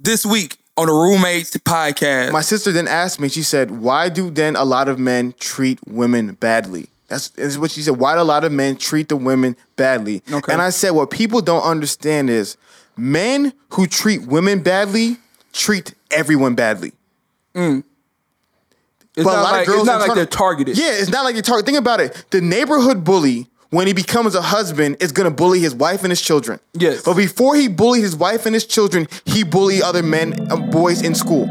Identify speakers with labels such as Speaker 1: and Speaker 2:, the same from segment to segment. Speaker 1: this week on the Roommates Podcast.
Speaker 2: My sister then asked me, she said, Why do then a lot of men treat women badly? That's, that's what she said. Why do a lot of men treat the women badly?
Speaker 1: Okay.
Speaker 2: And I said, What people don't understand is men who treat women badly treat everyone badly.
Speaker 1: it's
Speaker 2: But
Speaker 1: not like, it's not
Speaker 2: in
Speaker 1: like
Speaker 2: front
Speaker 1: they're
Speaker 2: of-
Speaker 1: targeted.
Speaker 2: Yeah, it's not like they're targeted. Think about it. The neighborhood bully, when he becomes a husband, is gonna bully his wife and his children.
Speaker 1: Yes.
Speaker 2: But before he bullied his wife and his children, he bullied other men and boys in school.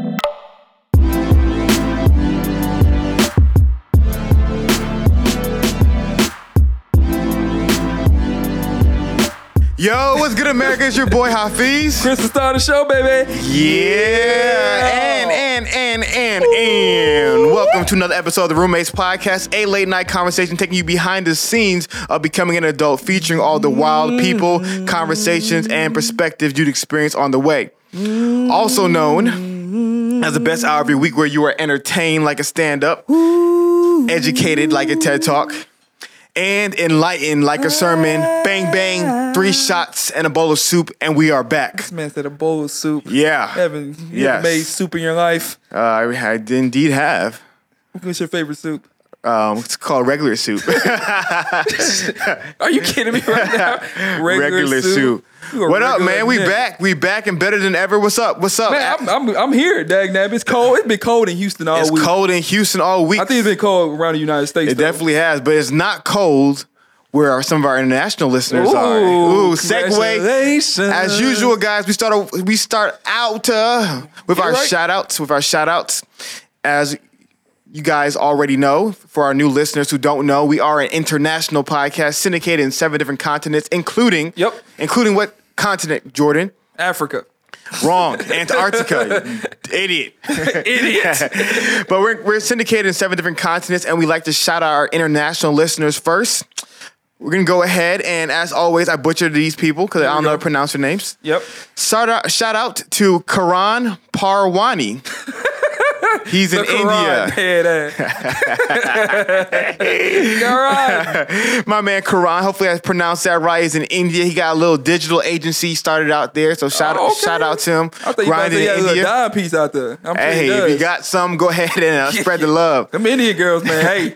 Speaker 2: Yo, what's good, America? It's your boy Hafiz.
Speaker 1: Chris is starting the show, baby.
Speaker 2: Yeah. And, and, and, and, and. Welcome to another episode of the Roommates Podcast, a late night conversation taking you behind the scenes of becoming an adult, featuring all the wild people, conversations, and perspectives you'd experience on the way. Also known as the best hour of your week where you are entertained like a stand up, educated like a TED Talk. And enlightened like a sermon, bang bang, three shots and a bowl of soup, and we are back.
Speaker 1: This man said a bowl of soup.
Speaker 2: Yeah.
Speaker 1: Evan, you
Speaker 2: Yes.
Speaker 1: ever made soup in your life.
Speaker 2: Uh, I, I did indeed have.
Speaker 1: What's your favorite soup?
Speaker 2: Um, it's called regular soup.
Speaker 1: Are you kidding me right now? You a
Speaker 2: What
Speaker 1: regular
Speaker 2: up, man? We
Speaker 1: nigga.
Speaker 2: back. We back and better than ever. What's up? What's up?
Speaker 1: Man, I'm, I'm, I'm here, dag nab. It's cold. It's been cold in Houston all
Speaker 2: it's
Speaker 1: week.
Speaker 2: cold in Houston all week.
Speaker 1: I think it's been cold around the United States.
Speaker 2: it
Speaker 1: though.
Speaker 2: definitely has, but it's not cold where our, some of our international listeners are. Ooh, segue.
Speaker 1: congratulations.
Speaker 2: As usual, guys, we start we start out uh, with our
Speaker 1: right.
Speaker 2: shout outs. With our shout outs, as you guys already know, for our new listeners who don't know, we are an international podcast syndicated in seven different continents, including
Speaker 1: Yep.
Speaker 2: including what continent, Jordan?
Speaker 1: Africa.
Speaker 2: Wrong, Antarctica, you idiot.
Speaker 1: Idiot.
Speaker 2: but we're, we're syndicated in seven different continents, and we like to shout out our international listeners first. We're gonna go ahead, and as always, I butchered these people because I don't know how to pronounce their names.
Speaker 1: yep.
Speaker 2: Shout out, shout out to Karan Parwani. He's in
Speaker 1: Quran,
Speaker 2: India.
Speaker 1: head ass. Quran.
Speaker 2: My man Karan, hopefully I pronounced that right, is in India. He got a little digital agency he started out there, so shout,
Speaker 1: Oh, okay.
Speaker 2: shout out to him.
Speaker 1: I thought you about to say
Speaker 2: Grinding in
Speaker 1: you had a little
Speaker 2: India.
Speaker 1: dime piece out there. I'm sure
Speaker 2: Hey,
Speaker 1: he
Speaker 2: if you
Speaker 1: does.
Speaker 2: got some, go ahead and uh, spread the love.
Speaker 1: Them Indian girls, man. Hey,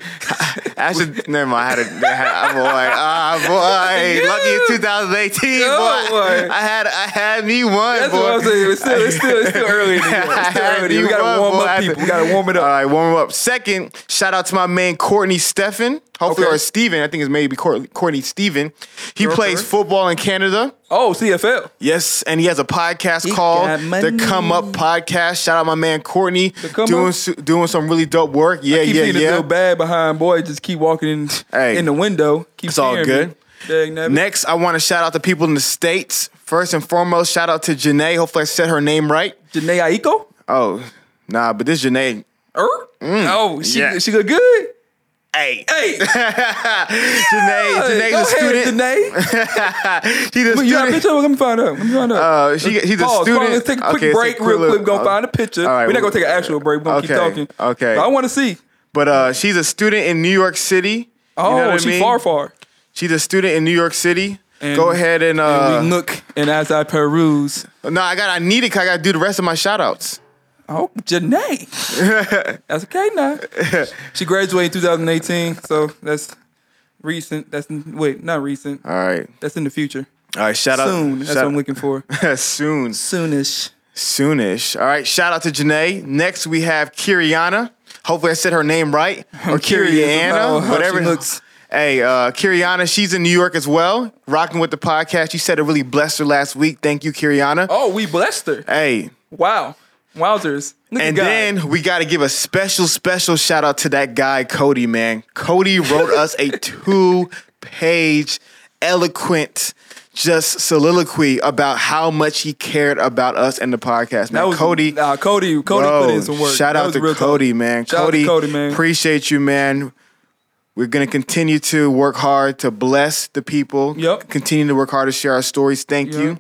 Speaker 2: Actually, never mind. I had a, I had a boy. Ah, boy.
Speaker 1: Yeah.
Speaker 2: Lucky in 2018, boy.
Speaker 1: Oh, boy.
Speaker 2: I had, I had me one,
Speaker 1: that's
Speaker 2: boy.
Speaker 1: what I'm saying. It's still, it's still, it's still early in the year. It's still early. in the year. We gotta warm up people. We gotta warm it
Speaker 2: All
Speaker 1: up.
Speaker 2: right, warm up. Second, shout out to my man Courtney Steffen. Hopefully,
Speaker 1: Okay.
Speaker 2: or Steven. I think it's maybe Courtney, Courtney Steven. He
Speaker 1: Okay.
Speaker 2: plays football in Canada.
Speaker 1: Oh, CFL.
Speaker 2: Yes, and he has a podcast called
Speaker 1: got money.
Speaker 2: the Come Up Podcast. Shout out my man Courtney
Speaker 1: Come
Speaker 2: doing
Speaker 1: Up?
Speaker 2: su- doing some really dope work. Yeah,
Speaker 1: Keep
Speaker 2: yeah,
Speaker 1: seeing
Speaker 2: yeah.
Speaker 1: feel bad behind boy. Just keep walking in,
Speaker 2: Hey.
Speaker 1: in the window. Keep
Speaker 2: It's all
Speaker 1: staring
Speaker 2: good.
Speaker 1: me. Dang, nabbit.
Speaker 2: Next, I want to shout out the people in the states. First and foremost, shout out to Janae. Hopefully, I said her name right.
Speaker 1: Janae Aiko?
Speaker 2: Oh, nah, but this Janae.
Speaker 1: Er? Oh, she
Speaker 2: Mm, yeah.
Speaker 1: she look good.
Speaker 2: Hey,
Speaker 1: Hey,
Speaker 2: Janae, Janae's
Speaker 1: go
Speaker 2: a
Speaker 1: ahead,
Speaker 2: student.
Speaker 1: Janae.
Speaker 2: She's a
Speaker 1: Well, you got a
Speaker 2: student.
Speaker 1: picture? Let me find out. Let me find out.
Speaker 2: Uh, she, she's a
Speaker 1: Pause.
Speaker 2: student.
Speaker 1: Pause. Let's take a quick
Speaker 2: Okay, let's
Speaker 1: break
Speaker 2: take a
Speaker 1: real quick.
Speaker 2: little- uh,
Speaker 1: We're gonna find a picture.
Speaker 2: All right,
Speaker 1: We're not
Speaker 2: well,
Speaker 1: gonna take an actual break. We're gonna keep
Speaker 2: okay,
Speaker 1: talking.
Speaker 2: okay.
Speaker 1: But I want to see.
Speaker 2: But uh, she's a student in New York City.
Speaker 1: Oh,
Speaker 2: you know what
Speaker 1: she
Speaker 2: I mean?
Speaker 1: far, far.
Speaker 2: She's a student in New York City.
Speaker 1: And-
Speaker 2: Go ahead and, uh,
Speaker 1: we look, and as I peruse,
Speaker 2: no, I got I need it. 'cause I got to do the rest of my shout outs.
Speaker 1: oh, Janae. that's okay now. She graduated in 2018, so that's recent. That's wait, not recent.
Speaker 2: All right, Uh,
Speaker 1: That's in the future.
Speaker 2: all right. Shout out
Speaker 1: Soon. That's what I'm looking for.
Speaker 2: looking. soon.
Speaker 1: Soonish.
Speaker 2: Soonish. All right. Shout out to Janae. Next, we have Kiriana. Hopefully, I said her name right. Or
Speaker 1: curious about
Speaker 2: Kiriana,
Speaker 1: how
Speaker 2: whatever.
Speaker 1: she looks.
Speaker 2: Hey, uh, Kiriana, she's in New York as well, rocking with the podcast. You said it really blessed her last week. Thank you, Kiriana.
Speaker 1: Oh, we blessed her.
Speaker 2: Hey,
Speaker 1: Wow. Wowzers. Look at
Speaker 2: and
Speaker 1: God.
Speaker 2: then we got to give a special, special shout out to that guy, Cody, man. Cody wrote us a two page, eloquent, just soliloquy about how much he cared about us and the podcast, man.
Speaker 1: That was-
Speaker 2: Cody,
Speaker 1: Nah, Cody. Cody
Speaker 2: Bro,
Speaker 1: put in some work.
Speaker 2: Shout
Speaker 1: That
Speaker 2: out
Speaker 1: was
Speaker 2: to
Speaker 1: real talk.
Speaker 2: Cody, man.
Speaker 1: Shout out to
Speaker 2: Cody,
Speaker 1: Cody, man.
Speaker 2: Appreciate you, man. We're gonna continue to work hard to bless the people.
Speaker 1: Yep.
Speaker 2: Continue to work hard to share our stories. Thank
Speaker 1: Yeah.
Speaker 2: you.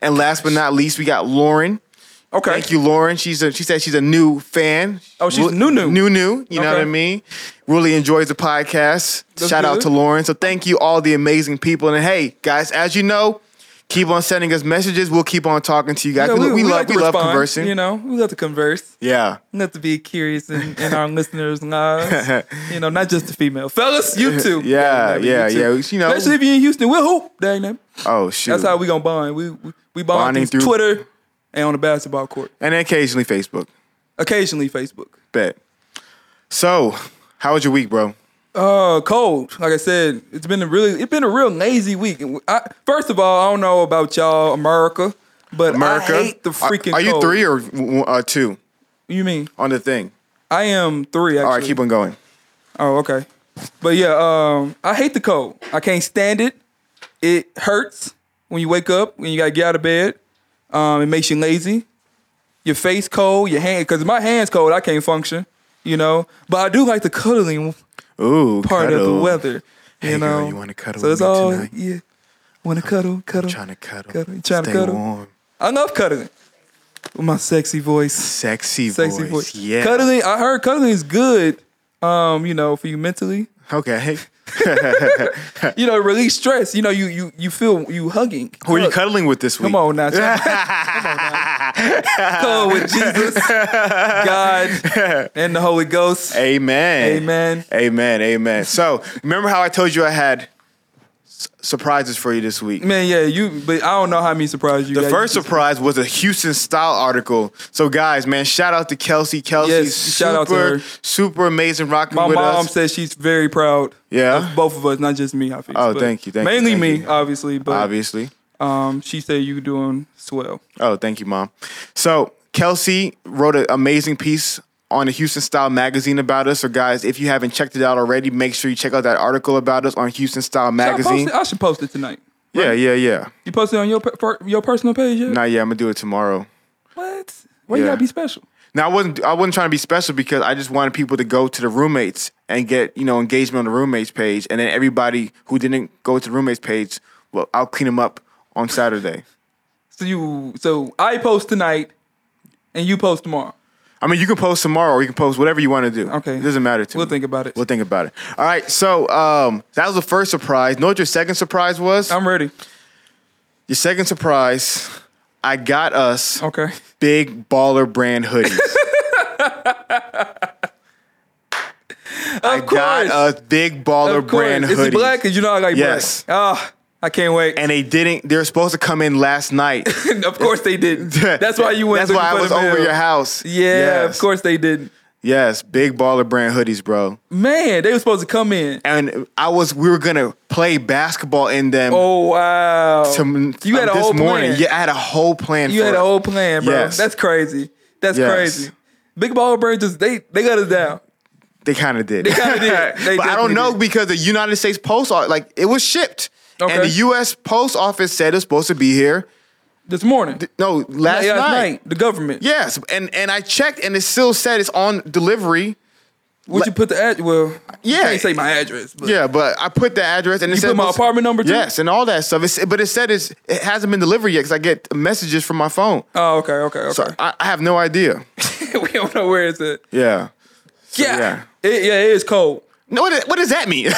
Speaker 2: And last but not least, we got Lauren.
Speaker 1: Okay.
Speaker 2: Thank you, Lauren. She's a, she said she's a new fan.
Speaker 1: Oh, she's
Speaker 2: Ru-
Speaker 1: new, new.
Speaker 2: new, new. You know
Speaker 1: Okay.
Speaker 2: what I mean? Really enjoys the podcast.
Speaker 1: That's
Speaker 2: Shout out
Speaker 1: good.
Speaker 2: to Lauren. So thank you all the amazing people. And hey, guys, as you know, Keep on sending us messages. We'll keep on talking to you guys.
Speaker 1: Yeah,
Speaker 2: we, we love
Speaker 1: to
Speaker 2: we love
Speaker 1: respond,
Speaker 2: conversing.
Speaker 1: You know, we love to converse.
Speaker 2: Yeah.
Speaker 1: We love to be curious in, in our listeners' lives. You know, not just the female fellas. You too.
Speaker 2: Yeah,
Speaker 1: baby,
Speaker 2: yeah,
Speaker 1: you
Speaker 2: yeah.
Speaker 1: too.
Speaker 2: You know.
Speaker 1: Especially if you're in Houston, we'll hoop. Dang it.
Speaker 2: Oh shoot.
Speaker 1: That's how we gonna bond. We we, we bond
Speaker 2: Bonding
Speaker 1: through,
Speaker 2: through-
Speaker 1: Twitter and on the basketball court.
Speaker 2: and occasionally Facebook.
Speaker 1: Occasionally Facebook.
Speaker 2: Bet. So, how was your week, bro?
Speaker 1: Uh, cold. Like I said, it's been a really it's been a real lazy week. And I, first of all, I don't know about y'all, America, but
Speaker 2: America.
Speaker 1: I hate the
Speaker 2: Are-
Speaker 1: freaking.
Speaker 2: Are, you
Speaker 1: cold.
Speaker 2: three or w- uh, two
Speaker 1: You mean
Speaker 2: on the thing?
Speaker 1: I am three? Actually.
Speaker 2: All right, keep on going.
Speaker 1: Oh, okay. But yeah, um, I hate the cold. I can't stand it. It hurts when you wake up, when you gotta get out of bed. Um, it makes you lazy. Your face cold, your hand, because my hand's cold, I can't function, you know? But I do like the cuddling
Speaker 2: Ooh,
Speaker 1: part of
Speaker 2: cuddle.
Speaker 1: the weather, you
Speaker 2: Hey,
Speaker 1: know?
Speaker 2: girl, you wanna cuddle
Speaker 1: So
Speaker 2: with
Speaker 1: it's
Speaker 2: me
Speaker 1: all,
Speaker 2: tonight?
Speaker 1: yeah. Wanna cuddle, cuddle.
Speaker 2: Trying to cuddle.
Speaker 1: Cuddle. You tryna
Speaker 2: Stay
Speaker 1: cuddle?
Speaker 2: warm.
Speaker 1: I love cuddling with my sexy voice.
Speaker 2: Sexy,
Speaker 1: Sexy
Speaker 2: voice.
Speaker 1: voice.
Speaker 2: Yeah.
Speaker 1: Cuddling, I heard cuddling is good, um, you know, for you mentally.
Speaker 2: Okay.
Speaker 1: you know, release stress. You know, you you you feel you hugging.
Speaker 2: Who are you
Speaker 1: Hug.
Speaker 2: cuddling with this week?
Speaker 1: Come on now. child. Come on now. Cuddle with Jesus, God, and the Holy Ghost.
Speaker 2: Amen.
Speaker 1: Amen.
Speaker 2: Amen. Amen. So, remember how I told you I had s- surprises for you this week?
Speaker 1: Man, yeah, you. But I don't know how many surprises you.
Speaker 2: The
Speaker 1: got.
Speaker 2: first
Speaker 1: You-
Speaker 2: surprise was a Houston style article. So guys, man, shout out to Kelsey. Kelsey,
Speaker 1: Yes, shout out to
Speaker 2: super,
Speaker 1: her.
Speaker 2: super amazing rocking
Speaker 1: my
Speaker 2: with
Speaker 1: mom
Speaker 2: us.
Speaker 1: says she's very proud.
Speaker 2: Yeah?
Speaker 1: of both of us, not just me. I feel.
Speaker 2: Oh, thank you, thank you,
Speaker 1: mainly
Speaker 2: thank
Speaker 1: me,
Speaker 2: you.
Speaker 1: obviously. But
Speaker 2: obviously.
Speaker 1: um, she said you doing swell.
Speaker 2: Oh, thank you, mom. So Kelsey wrote an amazing piece on the Houston Style magazine about us. So guys, if you haven't checked it out already, make sure you check out that article about us on Houston Style
Speaker 1: I,
Speaker 2: magazine.
Speaker 1: posted, I should post it tonight.
Speaker 2: Yeah, yeah, yeah.
Speaker 1: You post it on your per- per- your personal page. Yeah?
Speaker 2: Nah, yeah, I'm gonna do it tomorrow.
Speaker 1: What? Why you
Speaker 2: Yeah.
Speaker 1: gotta be special?
Speaker 2: Now I wasn't I wasn't trying to be special because I just wanted people to go to the roommates and get you know engagement on the roommates page, and then everybody who didn't go to the roommates page, well, I'll clean them up on Saturday.
Speaker 1: So you. So I post tonight, and you post tomorrow.
Speaker 2: I mean, you can post tomorrow, or you can post whatever you want to do.
Speaker 1: Okay.
Speaker 2: it doesn't matter to
Speaker 1: We'll
Speaker 2: me.
Speaker 1: think about it.
Speaker 2: We'll think about it. All right, so um, that was the first surprise. Know what your second surprise was?
Speaker 1: I'm ready.
Speaker 2: your second surprise, I got us
Speaker 1: Okay.
Speaker 2: big baller brand hoodies. I
Speaker 1: Of course.
Speaker 2: got us big baller
Speaker 1: of course.
Speaker 2: brand
Speaker 1: Is
Speaker 2: hoodies.
Speaker 1: it black? Cause you know I like
Speaker 2: Yes.
Speaker 1: black. Ah, I can't wait.
Speaker 2: and they didn't. They were supposed to come in last night.
Speaker 1: And of course they didn't. That's why you went.
Speaker 2: That's why I was over your house.
Speaker 1: Yeah,
Speaker 2: Yes.
Speaker 1: of course they didn't.
Speaker 2: Yes, big baller brand hoodies, bro.
Speaker 1: Man, they were supposed to come in.
Speaker 2: And I was. We were gonna play basketball in them.
Speaker 1: Oh wow.
Speaker 2: tom-
Speaker 1: you had
Speaker 2: um,
Speaker 1: a
Speaker 2: this
Speaker 1: whole
Speaker 2: morning.
Speaker 1: plan.
Speaker 2: Yeah, I had a whole plan.
Speaker 1: You
Speaker 2: for
Speaker 1: had
Speaker 2: it.
Speaker 1: a whole plan, bro.
Speaker 2: Yes.
Speaker 1: That's crazy. That's
Speaker 2: Yes.
Speaker 1: crazy. Big ball birds just they they got us down.
Speaker 2: They kind of did. They
Speaker 1: kinda did. They
Speaker 2: but I
Speaker 1: definitely
Speaker 2: don't know
Speaker 1: did.
Speaker 2: because the United States Post Office, like, it was shipped,
Speaker 1: Okay.
Speaker 2: and the U.S. Post Office said it's supposed to be here.
Speaker 1: This morning.
Speaker 2: No, last
Speaker 1: Yeah, last
Speaker 2: night.
Speaker 1: The government.
Speaker 2: Yes, and and I checked, and it still said it's on delivery.
Speaker 1: Would you put the ad well you
Speaker 2: Yeah.
Speaker 1: can't say my address, but
Speaker 2: Yeah, but I put the address and it
Speaker 1: You
Speaker 2: said
Speaker 1: put my
Speaker 2: most-
Speaker 1: apartment number too?
Speaker 2: Yes, and all that stuff. It's, but it said it's, it hasn't been delivered yet because I get messages from my phone.
Speaker 1: Oh, okay, okay, okay.
Speaker 2: So I, I have no idea.
Speaker 1: we don't know where it's at.
Speaker 2: Yeah.
Speaker 1: Yeah.
Speaker 2: yeah.
Speaker 1: It, yeah, it is cold.
Speaker 2: No, what, what does that mean?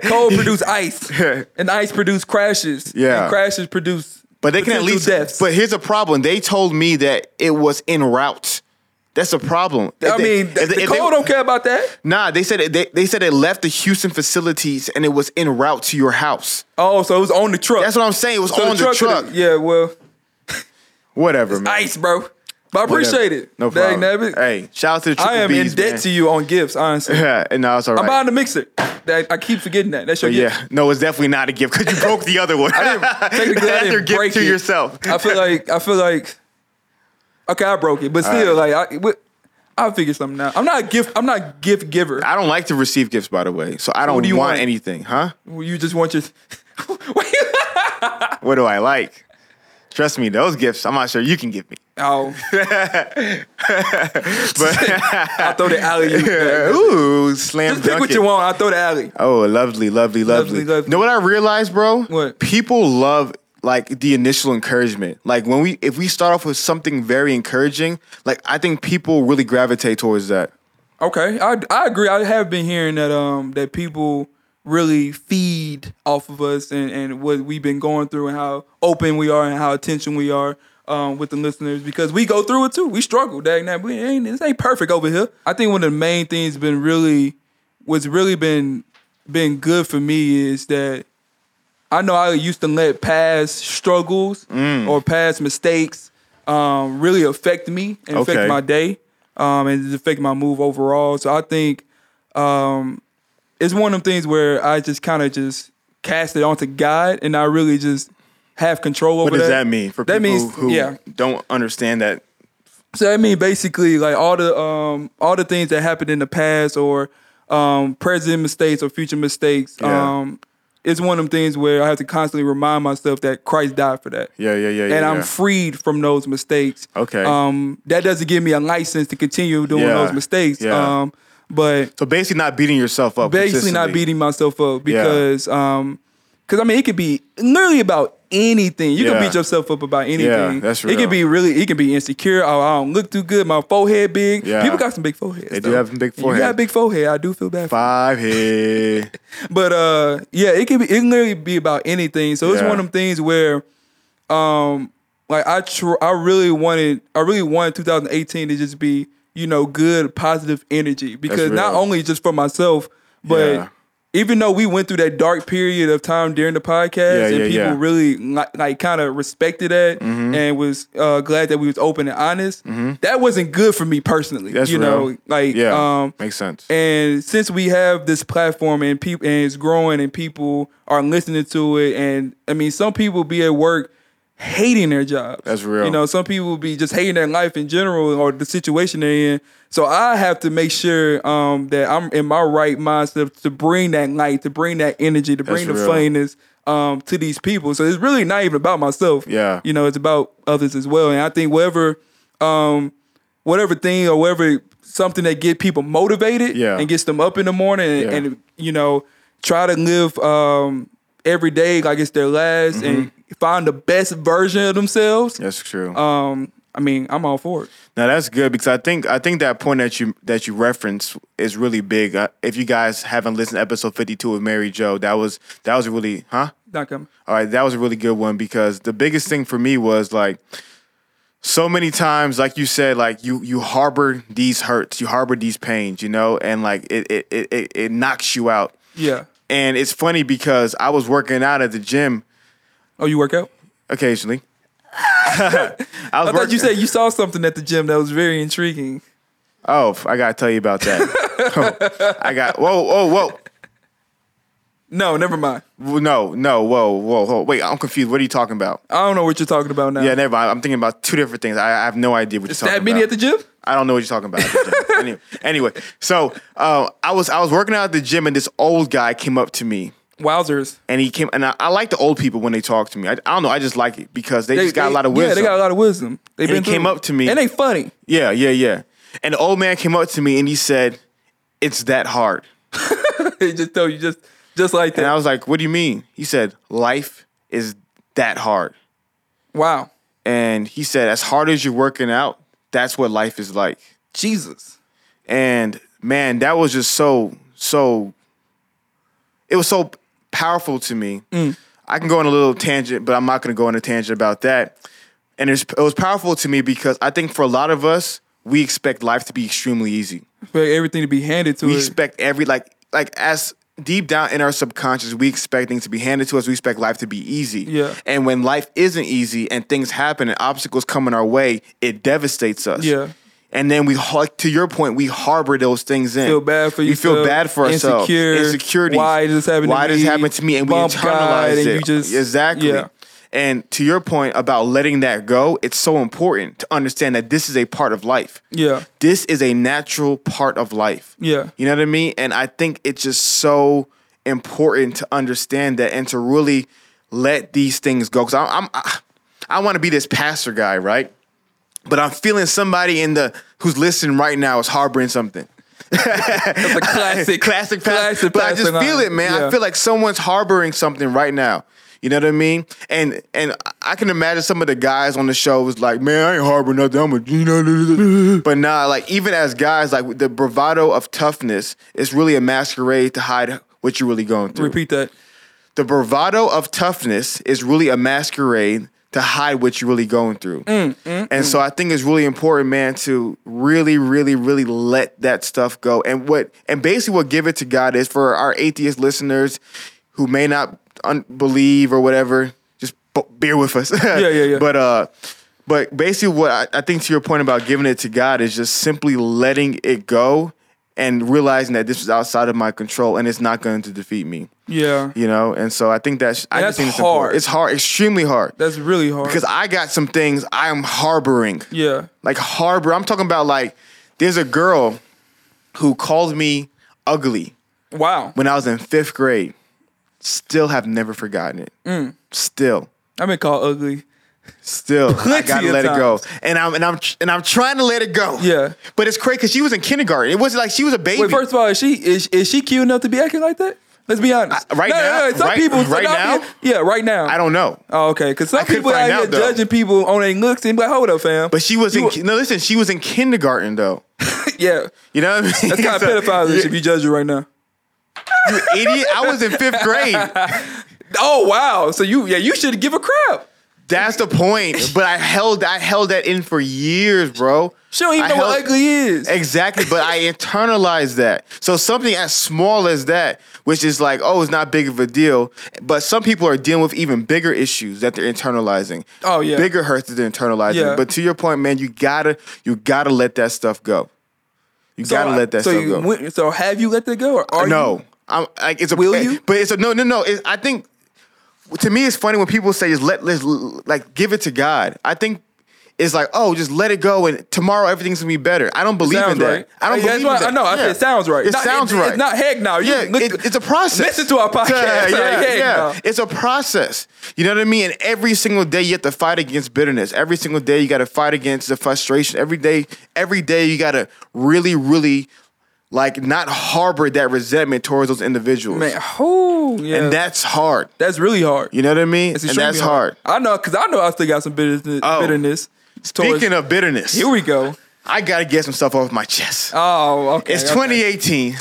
Speaker 1: Cold produce ice, and ice produce crashes.
Speaker 2: Yeah.
Speaker 1: and crashes produce.
Speaker 2: but they can at
Speaker 1: potential
Speaker 2: least.
Speaker 1: deaths.
Speaker 2: But here's a problem. They told me that it was en route. That's a problem.
Speaker 1: I mean, the, the cold don't care about that.
Speaker 2: Nah, they said it, they, they said it left the Houston facilities and it was en route to your house.
Speaker 1: Oh, so it was on the truck.
Speaker 2: That's what I'm saying. It was
Speaker 1: So
Speaker 2: on the truck.
Speaker 1: could've- Yeah, well,
Speaker 2: Whatever, man.
Speaker 1: ice, bro. But I
Speaker 2: Whatever.
Speaker 1: appreciate it.
Speaker 2: No
Speaker 1: Dang
Speaker 2: problem.
Speaker 1: nabbit.
Speaker 2: Hey, shout out to the Triple
Speaker 1: I am
Speaker 2: Bs,
Speaker 1: in debt
Speaker 2: man.
Speaker 1: to you on gifts. Honestly,
Speaker 2: Yeah, and now it's all
Speaker 1: I'm
Speaker 2: right.
Speaker 1: buying the mixer. That I keep forgetting that. That's your
Speaker 2: But
Speaker 1: gift.
Speaker 2: yeah, no, it's definitely not a gift because you broke the other one.
Speaker 1: Technically, I
Speaker 2: That's
Speaker 1: didn't
Speaker 2: your gift
Speaker 1: break
Speaker 2: to
Speaker 1: it.
Speaker 2: yourself.
Speaker 1: I feel like I feel like. Okay, I broke it, but still, like I, what- I'll figure something out. I'm not a gift. I'm not a gift giver.
Speaker 2: I don't like to receive gifts, by the way, so I don't
Speaker 1: do you
Speaker 2: want,
Speaker 1: want?
Speaker 2: anything, huh?
Speaker 1: You just want your.
Speaker 2: What do I like? Trust me, those gifts, I'm not sure you can give me.
Speaker 1: Oh. I throw the alley. Just
Speaker 2: Ooh, slam
Speaker 1: pick
Speaker 2: dunk
Speaker 1: what
Speaker 2: it.
Speaker 1: you want. I throw the alley.
Speaker 2: Oh, lovely, lovely, lovely.
Speaker 1: Lovely, lovely.
Speaker 2: Know what I realized, bro?
Speaker 1: What?
Speaker 2: People love like the initial encouragement. Like when we, if we start off with something very encouraging, like I think people really gravitate towards that.
Speaker 1: Okay, I I agree. I have been hearing that um that people really feed off of us and, and what we've been going through and how open we are and how attention we are um, with the listeners because we go through it too. We struggle, dang that. We ain't this ain't perfect over here. I think one of the main things been really what's really been been good for me is that I know I used to let past struggles
Speaker 2: Mm.
Speaker 1: or past mistakes um, really affect me and
Speaker 2: Okay.
Speaker 1: affect my day um, and just affect my move overall. So I think um, it's one of them things where I just kind of just cast it onto God and I really just have control over
Speaker 2: What does that mean for
Speaker 1: that
Speaker 2: people
Speaker 1: means,
Speaker 2: who
Speaker 1: yeah.
Speaker 2: don't understand that?
Speaker 1: So I mean, basically, like all the um all the things that happened in the past or um present mistakes or future mistakes.
Speaker 2: Yeah.
Speaker 1: Um, it's one of them things where I have to constantly remind myself that Christ died for that.
Speaker 2: Yeah, yeah, yeah, yeah.
Speaker 1: And I'm
Speaker 2: yeah.
Speaker 1: freed from those mistakes.
Speaker 2: Okay.
Speaker 1: Um, that doesn't give me a license to continue doing
Speaker 2: Yeah.
Speaker 1: those mistakes.
Speaker 2: Yeah.
Speaker 1: Um, but
Speaker 2: so basically not beating yourself up.
Speaker 1: basically not
Speaker 2: consistently.
Speaker 1: beating myself up because um because I mean it could be literally about anything. You
Speaker 2: Yeah.
Speaker 1: can beat yourself up about anything.
Speaker 2: that's
Speaker 1: It
Speaker 2: real.
Speaker 1: could be really it can be insecure. Oh, I don't look too good. My forehead big.
Speaker 2: Yeah.
Speaker 1: People got some big foreheads.
Speaker 2: They do
Speaker 1: though.
Speaker 2: have some big
Speaker 1: You got
Speaker 2: forehead.
Speaker 1: a big forehead. I do feel bad. For
Speaker 2: Five head.
Speaker 1: but uh yeah, it can be it can literally be about anything. So it's
Speaker 2: Yeah.
Speaker 1: one of them things where um like I tr- I really wanted I really wanted 2018 to just be, you know, good positive energy because not
Speaker 2: real.
Speaker 1: only just for myself, but
Speaker 2: Yeah.
Speaker 1: even though we went through that dark period of time during the podcast
Speaker 2: Yeah,
Speaker 1: and
Speaker 2: yeah,
Speaker 1: people
Speaker 2: yeah. Mm-hmm.
Speaker 1: really li- like kind of respected that and was uh, glad that we was open and honest, that wasn't good for me personally.
Speaker 2: That's
Speaker 1: you
Speaker 2: real.
Speaker 1: know, like
Speaker 2: Yeah.
Speaker 1: um
Speaker 2: makes sense.
Speaker 1: and since we have this platform and people and it's growing and people are listening to it, and I mean, some people be at work hating their jobs.
Speaker 2: That's real.
Speaker 1: You know, some people be just hating their life in general or the situation they're in. So I have to make sure um, that I'm in my right mindset to bring that light, to bring that energy, to bring
Speaker 2: That's
Speaker 1: the
Speaker 2: real.
Speaker 1: funniness um, to these people. So it's really not even about myself.
Speaker 2: Yeah.
Speaker 1: You know, it's about others as well. And I think whatever um, whatever thing or whatever something that get people motivated
Speaker 2: Yeah.
Speaker 1: and gets them up in the morning and,
Speaker 2: Yeah.
Speaker 1: and, you know try to live um, every day like it's their last and
Speaker 2: Mm-hmm.
Speaker 1: find the best version of themselves
Speaker 2: That's true.
Speaker 1: um, i mean i'm all for it
Speaker 2: Now that's good because I think I think that point that you that you reference is really big. Uh, if you guys haven't listened to episode fifty two of Mary Joe, that was that was a really huh?
Speaker 1: not coming
Speaker 2: All right, that was a really good one because the biggest thing for me was like so many times, like you said, like you you harbor these hurts, you harbor these pains, you know, and like it it it it, it knocks you out.
Speaker 1: yeah
Speaker 2: And it's funny because I was working out at the gym
Speaker 1: oh you work out
Speaker 2: occasionally. I was
Speaker 1: i thought you said you saw something at the gym that was very intriguing
Speaker 2: Oh, f- I gotta tell you about that. I got whoa, whoa, whoa.
Speaker 1: no never mind
Speaker 2: Well, No, no, whoa, whoa, whoa. Wait, I'm confused. What are you talking about?
Speaker 1: i don't know what you're talking about now
Speaker 2: Yeah, never mind. I'm thinking about two different things. I, I have no idea what you're
Speaker 1: that
Speaker 2: talking
Speaker 1: many
Speaker 2: about.
Speaker 1: at the gym
Speaker 2: I don't know what you're talking about. anyway, anyway, so uh, I was I was working out at the gym and this old guy came up to me
Speaker 1: wowzers
Speaker 2: and he came and I, I like the old people when they talk to me. I, I don't know. I just like it because they, just got a lot of wisdom.
Speaker 1: yeah they got a lot of wisdom they
Speaker 2: he
Speaker 1: been
Speaker 2: came
Speaker 1: through it.
Speaker 2: up to me-
Speaker 1: and they funny
Speaker 2: Yeah, yeah, yeah. And the old man came up to me and he said, "It's that hard."
Speaker 1: they just tell you just just like
Speaker 2: And
Speaker 1: that
Speaker 2: I was like, "What do you mean?" He said, "Life is that hard."
Speaker 1: wow
Speaker 2: And he said, as hard as you're working out, that's what life is like.
Speaker 1: jesus
Speaker 2: And man, that was just so, so, it was so powerful to me. I can go on a little tangent, but I'm not going to go on a tangent about that. And it's, it was powerful to me because I think for a lot of us, we expect life to be extremely easy.
Speaker 1: for everything to be handed to
Speaker 2: We
Speaker 1: us.
Speaker 2: expect every, like, like as deep down in our subconscious, we expect things to be handed to us. We expect life to be easy.
Speaker 1: Yeah.
Speaker 2: And when life isn't easy and things happen and obstacles come in our way, it devastates us.
Speaker 1: Yeah.
Speaker 2: And then we, har- to your point, we harbor those things in.
Speaker 1: Feel bad for
Speaker 2: you. We feel
Speaker 1: yourself,
Speaker 2: bad for ourselves.
Speaker 1: insecure,
Speaker 2: Insecurities.
Speaker 1: why this happened to
Speaker 2: Why this
Speaker 1: me,
Speaker 2: happened to me? And we
Speaker 1: bump guy, and
Speaker 2: internalize it.
Speaker 1: you just-
Speaker 2: exactly.
Speaker 1: yeah.
Speaker 2: And to your point about letting that go, it's so important to understand that this is a part of life.
Speaker 1: Yeah.
Speaker 2: This is a natural part of life.
Speaker 1: Yeah.
Speaker 2: You know what I mean? And I think it's just so important to understand that and to really let these things go. Because I'm, I, I want to be this pastor guy, right? But I'm feeling somebody in the who's listening right now is harboring something.
Speaker 1: That's a classic,
Speaker 2: Classic pastor. But I just
Speaker 1: passing
Speaker 2: feel
Speaker 1: on.
Speaker 2: it, man. I
Speaker 1: Yeah.
Speaker 2: feel like someone's harboring something right now. You know what I mean? And and I can imagine some of the guys on the show was like, man, I ain't harboring nothing. I'm a you know. But nah, like even as guys, like the bravado of toughness is really a masquerade to hide what you're really going through.
Speaker 1: Repeat that.
Speaker 2: The bravado of toughness is really a masquerade to hide what you're really going through.
Speaker 1: Mm,
Speaker 2: and so I think it's really important, man, to really, really, really let that stuff go. And what and basically what give it to God is for our atheist listeners who may not un- believe or whatever, just b- bear with us.
Speaker 1: yeah, yeah.
Speaker 2: But uh but basically what I, I think to your point about giving it to God is just simply letting it go and realizing that this is outside of my control and it's not going to defeat me
Speaker 1: Yeah.
Speaker 2: you know. And so I think that's I
Speaker 1: that's
Speaker 2: just think it's
Speaker 1: hard.
Speaker 2: Important. It's hard, extremely hard,
Speaker 1: That's really hard.
Speaker 2: because I got some things I am harboring,
Speaker 1: yeah.
Speaker 2: like harbor. I'm talking about like there's a girl who called me ugly
Speaker 1: Wow.
Speaker 2: when I was in fifth grade. Still have never forgotten it.
Speaker 1: Mm.
Speaker 2: Still.
Speaker 1: I've been called ugly.
Speaker 2: Still, I
Speaker 1: Plenty
Speaker 2: gotta
Speaker 1: of
Speaker 2: let it go,
Speaker 1: times.
Speaker 2: and I'm and I'm tr- and I'm trying to let it go.
Speaker 1: Yeah.
Speaker 2: but it's crazy because she was in kindergarten. It wasn't like she was a baby.
Speaker 1: Wait, first of all, is she is, is she cute enough to be acting like that? Let's be honest.
Speaker 2: I- right
Speaker 1: No, no,
Speaker 2: now?
Speaker 1: no, some
Speaker 2: Right-
Speaker 1: people some
Speaker 2: right
Speaker 1: out
Speaker 2: now?
Speaker 1: here- yeah, right now.
Speaker 2: I don't know.
Speaker 1: Oh, okay. Because some
Speaker 2: couldn't
Speaker 1: people out
Speaker 2: find
Speaker 1: here
Speaker 2: out, though.
Speaker 1: judging people on their looks and be like, hold up, fam.
Speaker 2: But she was
Speaker 1: You
Speaker 2: in ki- no. Listen, she was in kindergarten though.
Speaker 1: yeah,
Speaker 2: You know what I mean?
Speaker 1: that's kind of
Speaker 2: So-
Speaker 1: pedophilish if you judge her right now.
Speaker 2: idiot. I was in fifth grade.
Speaker 1: Oh wow. So you yeah you should give a crap.
Speaker 2: That's the point. But I held I held that in for years, bro.
Speaker 1: She don't even
Speaker 2: I
Speaker 1: know what
Speaker 2: held-
Speaker 1: ugly is.
Speaker 2: Exactly, but I internalized that. So something as small as that, which is like, oh, it's not big of a deal, but some people are dealing with even bigger issues that they're internalizing.
Speaker 1: Oh, yeah.
Speaker 2: bigger hurts that they're internalizing.
Speaker 1: Yeah.
Speaker 2: But to your point, man, you gotta you gotta let that stuff go. You gotta let that
Speaker 1: so
Speaker 2: stuff
Speaker 1: you
Speaker 2: go.
Speaker 1: went- so have you let that go or are
Speaker 2: no,
Speaker 1: you?
Speaker 2: I'm like it's a eh,
Speaker 1: Will you?
Speaker 2: But it's a no, no, no. It, I think to me it's funny when people say just let let's l- like give it to God. I think it's like oh just let it go and tomorrow everything's gonna be better. I don't believe in
Speaker 1: Sounds
Speaker 2: that.
Speaker 1: right.
Speaker 2: I don't
Speaker 1: Yeah, that's
Speaker 2: believe
Speaker 1: why-
Speaker 2: in that.
Speaker 1: I know. I
Speaker 2: Yeah.
Speaker 1: said it sounds right.
Speaker 2: It
Speaker 1: Not-
Speaker 2: sounds
Speaker 1: it-
Speaker 2: right.
Speaker 1: It's not heck now. You
Speaker 2: yeah,
Speaker 1: look-
Speaker 2: it- it's a process.
Speaker 1: Listen to our podcast.
Speaker 2: Yeah, yeah,
Speaker 1: Heck
Speaker 2: yeah.
Speaker 1: no.
Speaker 2: It's a process. You know what I mean? And every single day you have to fight against bitterness. Every single day you got to fight against the frustration. Every day, every day you got to really, really like not harbor that resentment towards those individuals.
Speaker 1: Man, oh yeah.
Speaker 2: And that's hard.
Speaker 1: that's really hard.
Speaker 2: You know what I mean?
Speaker 1: It's
Speaker 2: and
Speaker 1: extremely
Speaker 2: that's hard.
Speaker 1: I know, cause I know I still got some bitterness.
Speaker 2: Oh.
Speaker 1: bitterness towards-
Speaker 2: Speaking of bitterness,
Speaker 1: here we go.
Speaker 2: I gotta get some stuff off my chest.
Speaker 1: Oh, okay.
Speaker 2: it's
Speaker 1: okay.
Speaker 2: 2018.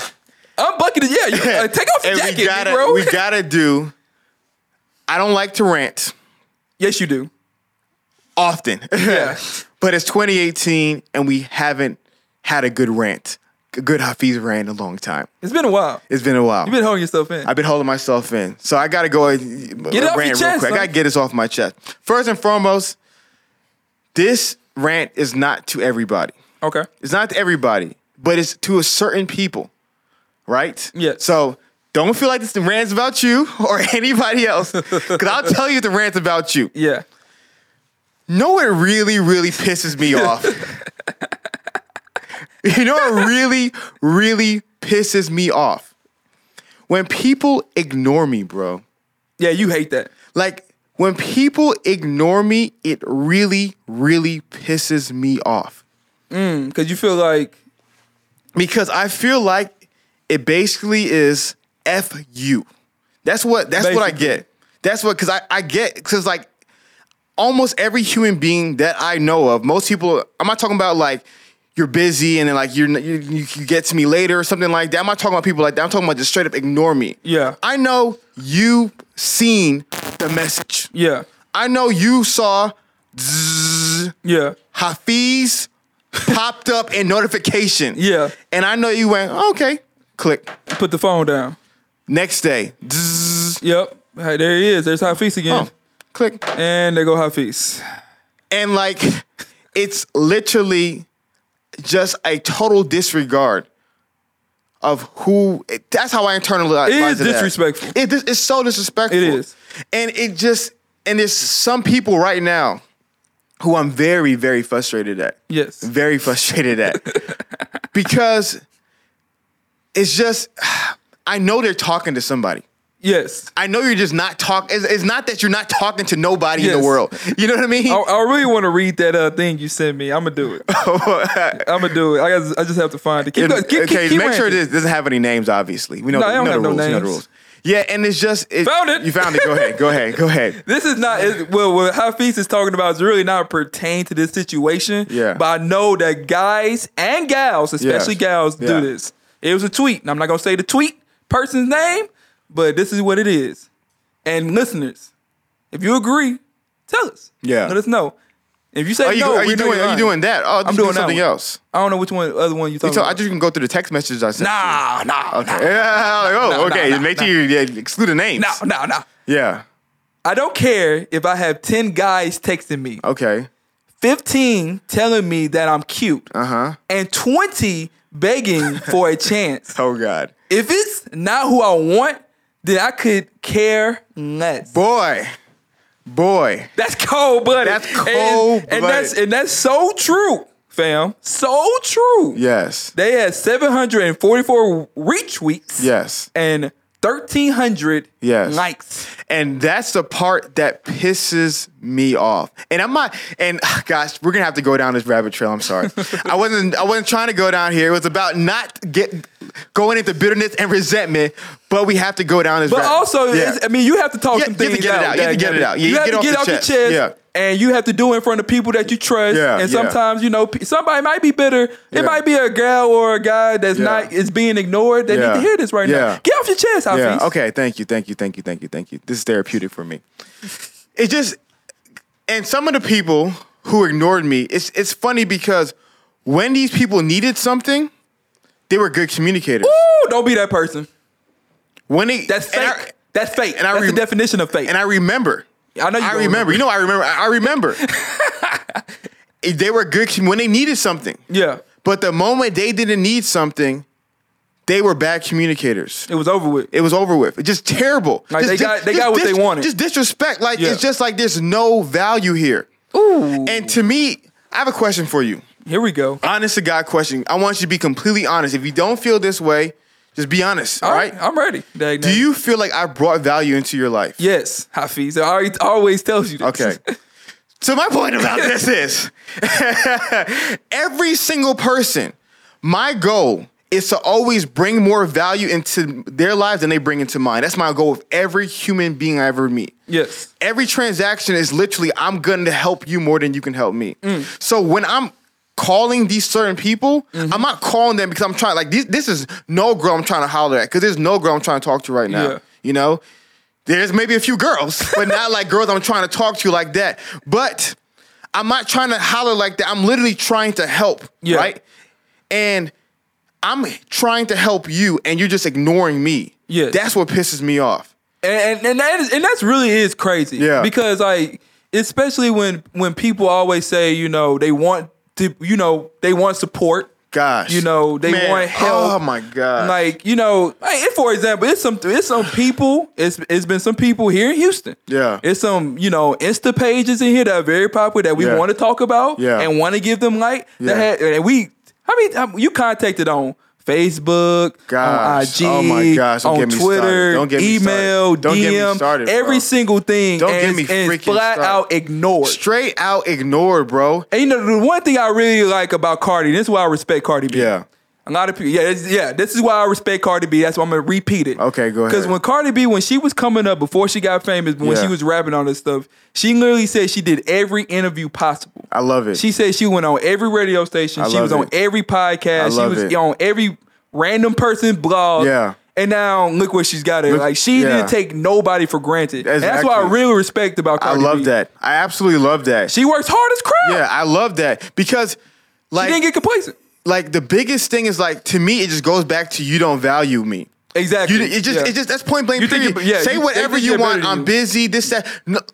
Speaker 1: I'm bucking it. Yeah, you, uh, take off your
Speaker 2: and
Speaker 1: jacket,
Speaker 2: we gotta
Speaker 1: bro.
Speaker 2: we gotta do. I don't like to rant
Speaker 1: yes, you do.
Speaker 2: often.
Speaker 1: Yeah.
Speaker 2: but it's 2018 and we haven't had a good rant. A good Hafiz rant in a long time.
Speaker 1: It's been a while.
Speaker 2: It's been a while.
Speaker 1: You've been holding yourself in.
Speaker 2: I've been holding myself in. So I gotta go and
Speaker 1: Get it off your
Speaker 2: rant real
Speaker 1: chest, son.
Speaker 2: quick. I gotta get this off my chest. First and foremost, this rant is not to everybody.
Speaker 1: okay.
Speaker 2: It's not to everybody, but it's to a certain people, right?
Speaker 1: Yes.
Speaker 2: So don't feel like this rant's about you or anybody else, because I'll tell you the rant's about you.
Speaker 1: Yeah.
Speaker 2: Know what really, really pisses me off? you know what really, really pisses me off? When people ignore me, bro.
Speaker 1: Yeah, you hate that.
Speaker 2: Like, when people ignore me, it really, really pisses me off.
Speaker 1: Because you feel like,
Speaker 2: because I feel like it basically is f you. That's what that's what I
Speaker 1: Basically.
Speaker 2: get. That's what because I I get because like almost every human being that I know of, most people. I'm not talking about like you're busy and then like you're n- you, you can get to me later or something like that. I'm not talking about people like that. I'm talking about just straight up ignore me.
Speaker 1: Yeah.
Speaker 2: I know you seen the message.
Speaker 1: yeah,
Speaker 2: I know you saw. Zzz,
Speaker 1: yeah,
Speaker 2: Hafiz popped up in notification.
Speaker 1: Yeah.
Speaker 2: And I know you went, okay, click.
Speaker 1: put the phone down.
Speaker 2: Next day, zzz,
Speaker 1: Yep. Hey, there he is. There's Hafiz again.
Speaker 2: oh, click.
Speaker 1: And there go Hafiz.
Speaker 2: And like, it's literally just a total disregard of who. it- that's how I internalize
Speaker 1: It is
Speaker 2: that.
Speaker 1: disrespectful.
Speaker 2: It dis- it's so disrespectful.
Speaker 1: It is.
Speaker 2: And it just, and there's some people right now who I'm very, very frustrated at.
Speaker 1: Yes.
Speaker 2: very frustrated at because it's just I know they're talking to somebody.
Speaker 1: Yes.
Speaker 2: I know you're just not talk. It's, it's not that you're not talking to nobody in
Speaker 1: Yes. Oh,
Speaker 2: the world. You know what I mean?
Speaker 1: I, I really want to read that uh, thing you sent me. I'm gonna do it. I'm gonna do it. I, got, I just have to find it. Keep, go-
Speaker 2: And-
Speaker 1: keep,
Speaker 2: okay,
Speaker 1: keep, keep
Speaker 2: make sure
Speaker 1: ranting.
Speaker 2: this doesn't have any names. Obviously, we know,
Speaker 1: No,
Speaker 2: the-
Speaker 1: I don't
Speaker 2: we know
Speaker 1: have no
Speaker 2: the rules. we know the
Speaker 1: names.
Speaker 2: rules. Yeah, and it's just it,
Speaker 1: Found it.
Speaker 2: You found it. Go ahead. Go ahead. Go ahead.
Speaker 1: This is not it, well. What Hafiz is talking about is really not pertain to this situation.
Speaker 2: Yeah.
Speaker 1: But I know that guys and gals, especially
Speaker 2: Yes.
Speaker 1: gals,
Speaker 2: Yeah.
Speaker 1: do this. It was a tweet. and I'm not gonna say the tweet person's name, But this is what it is. And listeners, if you agree, tell us.
Speaker 2: Yeah.
Speaker 1: Let us know. If you say
Speaker 2: Are you,
Speaker 1: no,
Speaker 2: are you
Speaker 1: we know you're
Speaker 2: doing? Are you
Speaker 1: lying.
Speaker 2: doing that? Oh, I'm
Speaker 1: doing
Speaker 2: doing
Speaker 1: that
Speaker 2: something
Speaker 1: one.
Speaker 2: else.
Speaker 1: I don't know which one other one you talking
Speaker 2: So I
Speaker 1: about.
Speaker 2: just can go through the text messages I sent.
Speaker 1: nah, nah,
Speaker 2: Okay. Yeah, like, oh, okay.
Speaker 1: nah,
Speaker 2: Make sure you yeah, exclude the names.
Speaker 1: nah, nah, nah.
Speaker 2: Yeah.
Speaker 1: I don't care if I have 10 guys texting me,
Speaker 2: Okay.
Speaker 1: 15 telling me that I'm cute,
Speaker 2: Uh huh.
Speaker 1: and 20 begging for a chance.
Speaker 2: Oh God.
Speaker 1: If it's not who I want, then I could care less.
Speaker 2: Boy. Boy.
Speaker 1: That's cold, buddy.
Speaker 2: That's
Speaker 1: And-
Speaker 2: cold-blooded.
Speaker 1: and that's and that's so true, fam. So true.
Speaker 2: Yes.
Speaker 1: They had 744 reach weeks.
Speaker 2: Yes.
Speaker 1: And 1,300
Speaker 2: Yes.
Speaker 1: likes.
Speaker 2: And that's the part that pisses me off. And I'm not. And ah, gosh, we're gonna have to go down this rabbit trail. I'm sorry. I wasn't. I wasn't trying to go down here. It was about not get going into bitterness and resentment. But we have to go down this.
Speaker 1: But
Speaker 2: rabbit.
Speaker 1: also,
Speaker 2: Yeah.
Speaker 1: it's, I mean, you have to talk
Speaker 2: Yeah,
Speaker 1: some
Speaker 2: you have to
Speaker 1: things
Speaker 2: get it out. You have to get it out. Yeah,
Speaker 1: you
Speaker 2: you
Speaker 1: have
Speaker 2: get
Speaker 1: to
Speaker 2: off
Speaker 1: get
Speaker 2: the
Speaker 1: out your
Speaker 2: chest.
Speaker 1: chest,
Speaker 2: Yeah.
Speaker 1: and you have to do it in front of people that you trust.
Speaker 2: Yeah,
Speaker 1: and
Speaker 2: yeah.
Speaker 1: sometimes, you know, p- somebody might be bitter. It
Speaker 2: Yeah.
Speaker 1: might be a girl or a guy that's
Speaker 2: Yeah.
Speaker 1: not is being ignored. They need
Speaker 2: Yeah.
Speaker 1: to hear this right now.
Speaker 2: Yeah.
Speaker 1: Get off your chest, Hafiz.
Speaker 2: Yeah. Okay. Thank you. Thank you. Thank you. Thank you. Thank you. This is therapeutic for me. It just and some of the people who ignored me. It's it's funny because when these people needed something, they were good communicators.
Speaker 1: Ooh, don't be that person.
Speaker 2: When they
Speaker 1: That's fake.
Speaker 2: and I-
Speaker 1: that's fake.
Speaker 2: and I
Speaker 1: that's
Speaker 2: re-
Speaker 1: the definition of fake.
Speaker 2: and I remember.
Speaker 1: I know you
Speaker 2: I
Speaker 1: don't
Speaker 2: remember. You know, I remember. I I remember. they were good com- when they needed something.
Speaker 1: yeah,
Speaker 2: But the moment they didn't need something, they were bad communicators.
Speaker 1: it was over with.
Speaker 2: It was over with. It's just terrible.
Speaker 1: Like,
Speaker 2: Just
Speaker 1: they
Speaker 2: dis-
Speaker 1: got- they
Speaker 2: just
Speaker 1: got what they
Speaker 2: dis-
Speaker 1: wanted.
Speaker 2: Just disrespect. Like
Speaker 1: Yeah.
Speaker 2: it's just like there's no value here.
Speaker 1: Ooh,
Speaker 2: And to me, I have a question for you.
Speaker 1: here we go.
Speaker 2: Honest to God question. I want you to be completely honest. If you don't feel this way, just be honest. all right?
Speaker 1: I'm ready. Dag
Speaker 2: Do
Speaker 1: nabbit.
Speaker 2: you feel like I brought value into your life?
Speaker 1: Yes, Hafiz. I already, always tells you this.
Speaker 2: Okay. so my point about this is every single person, my goal is to always bring more value into their lives than they bring into mine. That's my goal with every human being I ever meet.
Speaker 1: yes.
Speaker 2: Every transaction is literally I'm going to help you more than you can help me.
Speaker 1: Mm.
Speaker 2: So when I'm calling these certain people, I'm not calling them because I'm trying like this this is no girl I'm trying to holler at cuz there's no girl I'm trying to talk to right now.
Speaker 1: Yeah.
Speaker 2: You know? There's maybe a few girls, but not like girls I'm trying to talk to like that. But I'm not trying to holler like that. I'm literally trying to help,
Speaker 1: Yeah.
Speaker 2: right? And I'm trying to help you and you're just ignoring me.
Speaker 1: Yes.
Speaker 2: That's what pisses me off.
Speaker 1: and and, and that is, and that's really is crazy.
Speaker 2: Yeah.
Speaker 1: Because like especially when when people always say you know they want to you know they want support.
Speaker 2: Gosh.
Speaker 1: You know they
Speaker 2: Man.
Speaker 1: want help.
Speaker 2: Oh my god.
Speaker 1: Like you know, like, for example, it's some it's some people. It's it's been some people here in Houston.
Speaker 2: Yeah.
Speaker 1: it's some you know Insta pages in here that are very popular that we
Speaker 2: Yeah.
Speaker 1: want to talk about.
Speaker 2: Yeah.
Speaker 1: and want to give them like
Speaker 2: Yeah.
Speaker 1: that. Had, and we, how many how- you contacted on Facebook,
Speaker 2: Gosh.
Speaker 1: on IG,
Speaker 2: Oh my gosh, don't
Speaker 1: on
Speaker 2: get me started.
Speaker 1: Twitter,
Speaker 2: Don't get me started.
Speaker 1: email,
Speaker 2: Don't
Speaker 1: DM,
Speaker 2: get me started, bro.
Speaker 1: every single thing.
Speaker 2: Don't
Speaker 1: and,
Speaker 2: get me
Speaker 1: it's- and it's
Speaker 2: freaking
Speaker 1: flat
Speaker 2: started.
Speaker 1: out ignored.
Speaker 2: straight out ignored, bro.
Speaker 1: And you know the one thing I really like about Cardi, this is why I respect Cardi B.
Speaker 2: Yeah.
Speaker 1: A lot of people, yeah, this, yeah. This is why I respect Cardi B. That's why I'm gonna repeat it.
Speaker 2: Okay, go ahead.
Speaker 1: Because when Cardi B, when she was coming up before she got famous, when
Speaker 2: Yeah.
Speaker 1: she was rapping all this stuff, she literally said she did every interview possible.
Speaker 2: I love it.
Speaker 1: She said she went on every radio station.
Speaker 2: I
Speaker 1: She
Speaker 2: love
Speaker 1: was on
Speaker 2: it.
Speaker 1: every podcast.
Speaker 2: I
Speaker 1: She
Speaker 2: love
Speaker 1: was
Speaker 2: it.
Speaker 1: on every random person blog.
Speaker 2: Yeah.
Speaker 1: And now look what she's got. It
Speaker 2: Look-
Speaker 1: like she
Speaker 2: yeah.
Speaker 1: didn't take nobody for granted. And that's what I
Speaker 2: Exactly.
Speaker 1: really respect about.
Speaker 2: I
Speaker 1: Cardi B.
Speaker 2: love that. I absolutely love that.
Speaker 1: She works hard as crap.
Speaker 2: yeah, I love that because
Speaker 1: she didn't
Speaker 2: like
Speaker 1: get complacent.
Speaker 2: like the biggest thing is like to me it just goes back to you don't value me.
Speaker 1: Exactly.
Speaker 2: You it just
Speaker 1: Yeah.
Speaker 2: it just that's point blank.
Speaker 1: You think
Speaker 2: period.
Speaker 1: it- yeah,
Speaker 2: Say
Speaker 1: you-
Speaker 2: whatever
Speaker 1: they think
Speaker 2: you
Speaker 1: they're better
Speaker 2: want.
Speaker 1: than
Speaker 2: I'm
Speaker 1: you.
Speaker 2: busy. This that. No.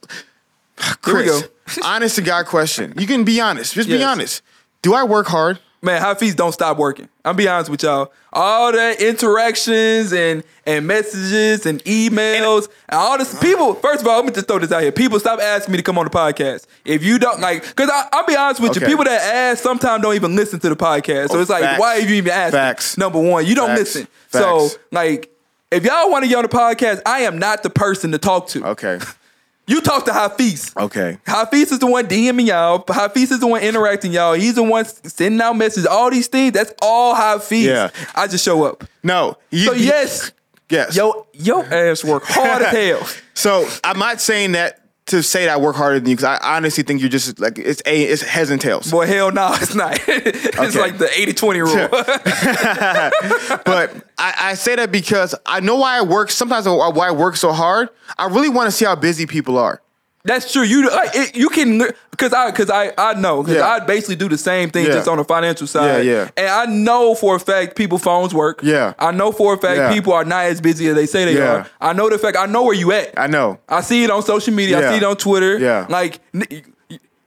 Speaker 2: Chris, honest to God question. You can be honest. Just be
Speaker 1: Yes.
Speaker 2: honest. Do I work hard?
Speaker 1: Man, Hafiz don't stop working. I'm be honest with y'all. All that interactions and and messages and emails and all this people. First of all, let me just throw this out here. People stop asking me to come on the podcast. If you don't like, because I'll be honest with you,
Speaker 2: Okay.
Speaker 1: people that ask sometimes don't even listen to the podcast. So
Speaker 2: Oh,
Speaker 1: it's like,
Speaker 2: facts.
Speaker 1: why are you even asking?
Speaker 2: Facts.
Speaker 1: Number one, you don't
Speaker 2: Facts.
Speaker 1: listen. So
Speaker 2: Facts.
Speaker 1: like, if y'all want to get on the podcast, I am not the person to talk to.
Speaker 2: Okay.
Speaker 1: You talk to Hafiz.
Speaker 2: Okay.
Speaker 1: Hafiz is the one DMing y'all. Hafiz is the one interacting y'all. He's the one sending out messages. All these things. That's all Hafiz.
Speaker 2: Yeah.
Speaker 1: I just show up.
Speaker 2: No. You,
Speaker 1: So yes,
Speaker 2: Yes.
Speaker 1: yo, your ass work hard as hell.
Speaker 2: So I'm not saying that to say that I work harder than you because I honestly think you're just like it's a it's heads and tails.
Speaker 1: Boy, hell no, it's not. it's
Speaker 2: Okay.
Speaker 1: like the 80-20 rule.
Speaker 2: but I, I say that because I know why I work. Sometimes I- why I work so hard. I really want to see how busy people are.
Speaker 1: That's true. You like, it, you can because I because I I know because
Speaker 2: Yeah.
Speaker 1: I basically do the same thing
Speaker 2: Yeah.
Speaker 1: just on the financial side.
Speaker 2: Yeah, yeah.
Speaker 1: And I know for a fact people phones work.
Speaker 2: Yeah.
Speaker 1: I know for a fact
Speaker 2: Yeah.
Speaker 1: people are not as busy as they say they
Speaker 2: Yeah.
Speaker 1: are. I know the fact. I know where you at.
Speaker 2: I know.
Speaker 1: I see it on social media.
Speaker 2: Yeah.
Speaker 1: I see it on Twitter.
Speaker 2: Yeah.
Speaker 1: Like. n-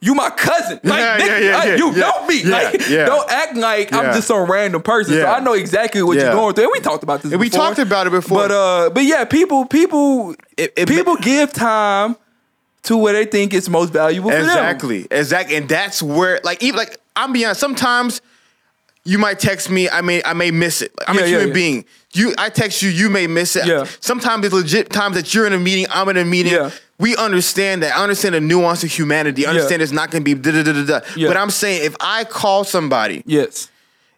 Speaker 1: You my cousin, like
Speaker 2: Yeah,
Speaker 1: nigga,
Speaker 2: yeah, yeah,
Speaker 1: like,
Speaker 2: yeah,
Speaker 1: you
Speaker 2: yeah.
Speaker 1: know me.
Speaker 2: Yeah,
Speaker 1: like,
Speaker 2: yeah.
Speaker 1: don't act like
Speaker 2: Yeah.
Speaker 1: I'm just some random person. So
Speaker 2: Yeah.
Speaker 1: I know exactly what
Speaker 2: Yeah.
Speaker 1: you're going through. And we talked about this.
Speaker 2: And we
Speaker 1: before.
Speaker 2: talked about it before.
Speaker 1: But uh, but yeah, people people
Speaker 2: It- it-
Speaker 1: people give time to where they think it's most valuable for them.
Speaker 2: Exactly. Exactly. And that's where like even like I'm beyond sometimes you might text me, I may I may miss it. Like, I'm
Speaker 1: Yeah,
Speaker 2: a
Speaker 1: yeah,
Speaker 2: human
Speaker 1: yeah.
Speaker 2: being. You I text you, you may miss it.
Speaker 1: Yeah.
Speaker 2: Sometimes it's legit times that you're in a meeting, I'm in a meeting.
Speaker 1: Yeah.
Speaker 2: We understand that. I understand the nuance of humanity. I understand it's not gonna be da da da da da.
Speaker 1: Yeah.
Speaker 2: But I'm saying if I call somebody
Speaker 1: Yes.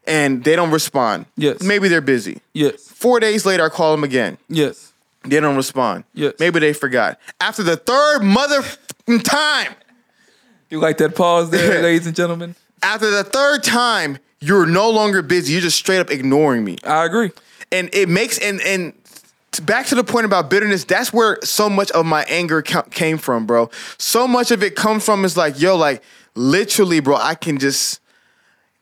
Speaker 2: and they don't respond,
Speaker 1: Yes.
Speaker 2: maybe they're busy.
Speaker 1: Yes.
Speaker 2: Four days later I call them again.
Speaker 1: Yes.
Speaker 2: They don't respond.
Speaker 1: Yes.
Speaker 2: Maybe they forgot. After the third mother time.
Speaker 1: You like that pause there, ladies and gentlemen?
Speaker 2: after the third time, you're no longer busy. You're just straight up ignoring me.
Speaker 1: I agree.
Speaker 2: And it makes and and t- back to the point about bitterness. That's where so much of my anger co- came from, bro. So much of it comes from is like, yo, like literally, bro. I can just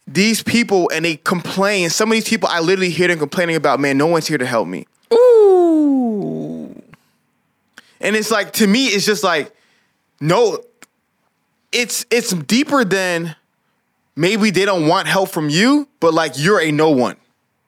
Speaker 2: these people and they complain. Some of these people, I literally hear them complaining about, man, no one's here to help me.
Speaker 1: Ooh.
Speaker 2: And it's like to me, it's just like, no, it's it's deeper than maybe they don't want help from you, but like you're a no one.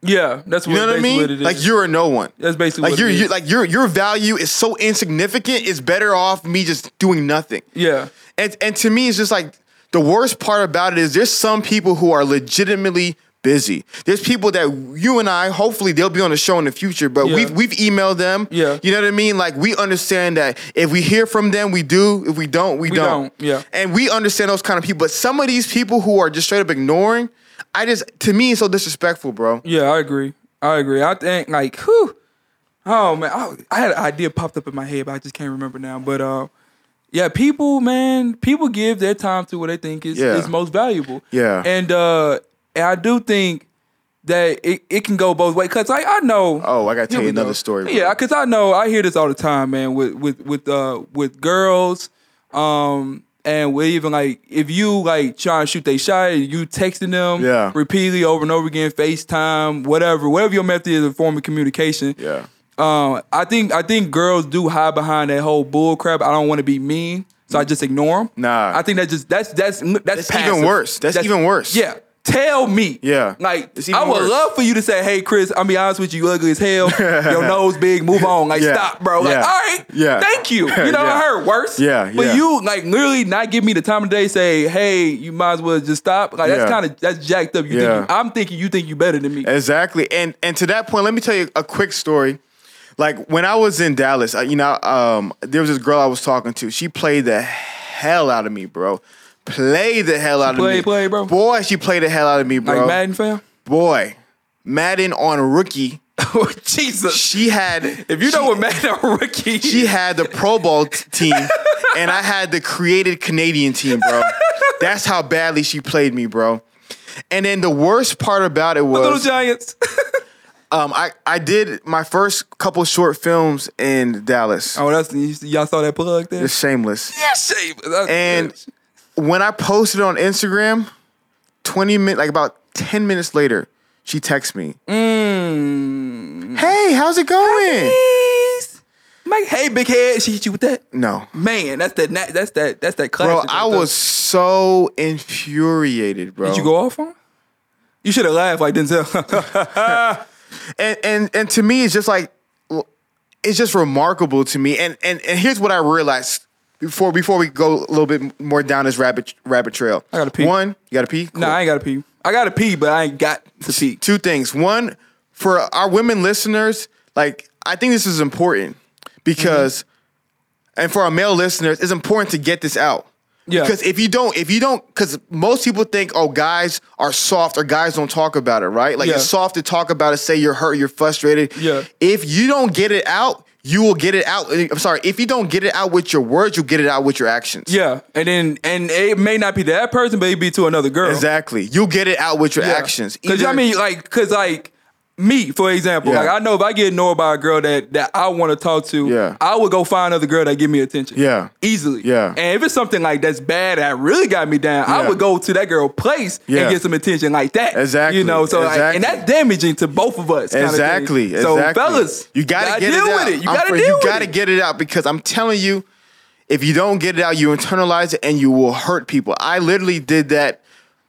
Speaker 1: Yeah, that's what,
Speaker 2: You know what I
Speaker 1: basically
Speaker 2: mean?
Speaker 1: what it is.
Speaker 2: Like you're a no one.
Speaker 1: That's basically
Speaker 2: like
Speaker 1: what
Speaker 2: your
Speaker 1: it
Speaker 2: your-
Speaker 1: is.
Speaker 2: like your your value is so insignificant. It's better off me just doing nothing.
Speaker 1: yeah.
Speaker 2: And and to me, it's just like the worst part about it is there's some people who are legitimately busy. There's people that you and I, hopefully they'll be on the show in the future, but
Speaker 1: Yeah.
Speaker 2: we've we've emailed them.
Speaker 1: Yeah.
Speaker 2: You know what I mean? Like we understand that if we hear from them, we do. If we don't, we, don't.
Speaker 1: don't, yeah.
Speaker 2: And we understand those kind of people. But some of these people who are just straight up ignoring, I just to me it's so disrespectful, bro.
Speaker 1: Yeah, I agree. I agree. I think like, whew. Oh man, I, I had an idea popped up in my head, but I just can't remember now. But uh, yeah, people, man, people give their time to what they think is,
Speaker 2: Yeah.
Speaker 1: is most valuable.
Speaker 2: Yeah.
Speaker 1: and uh, and I do think that it, it can go both ways. Cause like I know.
Speaker 2: Oh, I gotta tell
Speaker 1: Here
Speaker 2: you
Speaker 1: we
Speaker 2: another
Speaker 1: go.
Speaker 2: story. bro.
Speaker 1: Yeah, cause I know I hear this all the time, man. With with with uh with girls, um, and with even like if you like trying to shoot they shot, you texting them,
Speaker 2: Yeah.
Speaker 1: repeatedly over and over again, FaceTime, whatever, whatever your method is of form of communication.
Speaker 2: Yeah.
Speaker 1: Um, I think I think girls do hide behind that whole bull crap. I don't want to be mean, so I just ignore them.
Speaker 2: Nah.
Speaker 1: I think that's just that's that's that's,
Speaker 2: That's even
Speaker 1: passive.
Speaker 2: worse. That's even worse.
Speaker 1: Yeah. Tell me.
Speaker 2: Yeah.
Speaker 1: Like
Speaker 2: It's even
Speaker 1: I would
Speaker 2: worse.
Speaker 1: love for you to say, "Hey, Chris, I'm be honest with you, you ugly as hell. Your nose big. Move on. Like
Speaker 2: Yeah.
Speaker 1: stop, bro. Like
Speaker 2: Yeah.
Speaker 1: all right.
Speaker 2: Yeah.
Speaker 1: Thank you. You know
Speaker 2: Yeah.
Speaker 1: I heard worse.
Speaker 2: Yeah,
Speaker 1: But
Speaker 2: yeah.
Speaker 1: you like literally not give me the time of day. Say, hey, you might as well just stop. Like that's
Speaker 2: Yeah.
Speaker 1: kind of that's jacked up. You
Speaker 2: Yeah.
Speaker 1: think you, I'm thinking you think you better than me.
Speaker 2: Exactly. And and to that point, let me tell you a quick story. Like when I was in Dallas, I, you know, um, there was this girl I was talking to. She played the hell out of me, bro. Played the hell out of
Speaker 1: played-
Speaker 2: me.
Speaker 1: played, bro?
Speaker 2: Boy, she played the hell out of me, bro.
Speaker 1: like Madden fam.
Speaker 2: Boy, Madden on rookie.
Speaker 1: oh Jesus.
Speaker 2: She had.
Speaker 1: If you know what Madden or rookie,
Speaker 2: she had the Pro Bowl t- team, and I had the created Canadian team, bro. That's how badly she played me, bro. And then the worst part about it
Speaker 1: little
Speaker 2: was
Speaker 1: giants.
Speaker 2: Um, I, I did my first couple short films in Dallas.
Speaker 1: oh, that's y'all saw that plug there.
Speaker 2: It's shameless.
Speaker 1: Yeah, shape. That's-
Speaker 2: And when I posted on Instagram, 20 minutes, like about 10 minutes later, she texts me.
Speaker 1: mm.
Speaker 2: Hey, how's it going?
Speaker 1: Please. Mike, hey, big head. She hit you with that.
Speaker 2: No.
Speaker 1: Man, that's that. na- That's that. That's that. Classic
Speaker 2: Bro,
Speaker 1: right
Speaker 2: I
Speaker 1: there.
Speaker 2: was so infuriated, bro.
Speaker 1: Did you go off on? her? You should have laughed like Denzel.
Speaker 2: and and and to me, it's just like it's just remarkable to me. And and and here's what I realized before before we go a little bit more down this rabbit rabbit trail. I
Speaker 1: gotta pee.
Speaker 2: One, you gotta pee. Cool.
Speaker 1: nah, I ain't gotta pee. I gotta pee, but I ain't got to pee.
Speaker 2: Two things. One, for our women listeners, like I think this is important because, and for our male listeners, it's important to get this out.
Speaker 1: Yeah.
Speaker 2: Because if you don't, if you don't, because most people think, oh, guys are soft or guys don't talk about it, right? Like
Speaker 1: Yeah.
Speaker 2: it's soft to talk about it, say you're hurt, you're frustrated.
Speaker 1: Yeah.
Speaker 2: If you don't get it out, you will get it out. I'm sorry, if you don't get it out with your words, you'll get it out with your actions.
Speaker 1: Yeah, and then and it may not be to that person, but it be to another girl.
Speaker 2: Exactly. You'll get it out with your actions.
Speaker 1: Because I
Speaker 2: Either-
Speaker 1: mean, like, because like me, for example,
Speaker 2: Yeah.
Speaker 1: like I know if I get ignored by a girl that that I want to talk to,
Speaker 2: Yeah.
Speaker 1: I would go find another girl that give me attention.
Speaker 2: Yeah.
Speaker 1: easily.
Speaker 2: Yeah.
Speaker 1: and if it's something like that's bad that really got me down,
Speaker 2: Yeah.
Speaker 1: I would go to that girl place
Speaker 2: Yeah.
Speaker 1: and get some attention like that.
Speaker 2: Exactly.
Speaker 1: You know, so like, and
Speaker 2: Exactly.
Speaker 1: that's damaging to both of us. kinda thing.
Speaker 2: Exactly.
Speaker 1: So
Speaker 2: exactly.
Speaker 1: fellas,
Speaker 2: you gotta, get
Speaker 1: deal
Speaker 2: it out.
Speaker 1: with it. You
Speaker 2: I'm
Speaker 1: gotta
Speaker 2: for-
Speaker 1: deal
Speaker 2: you
Speaker 1: with
Speaker 2: gotta
Speaker 1: it.
Speaker 2: get it out because I'm telling you, if you don't get it out, you internalize it and you will hurt people. I literally did that.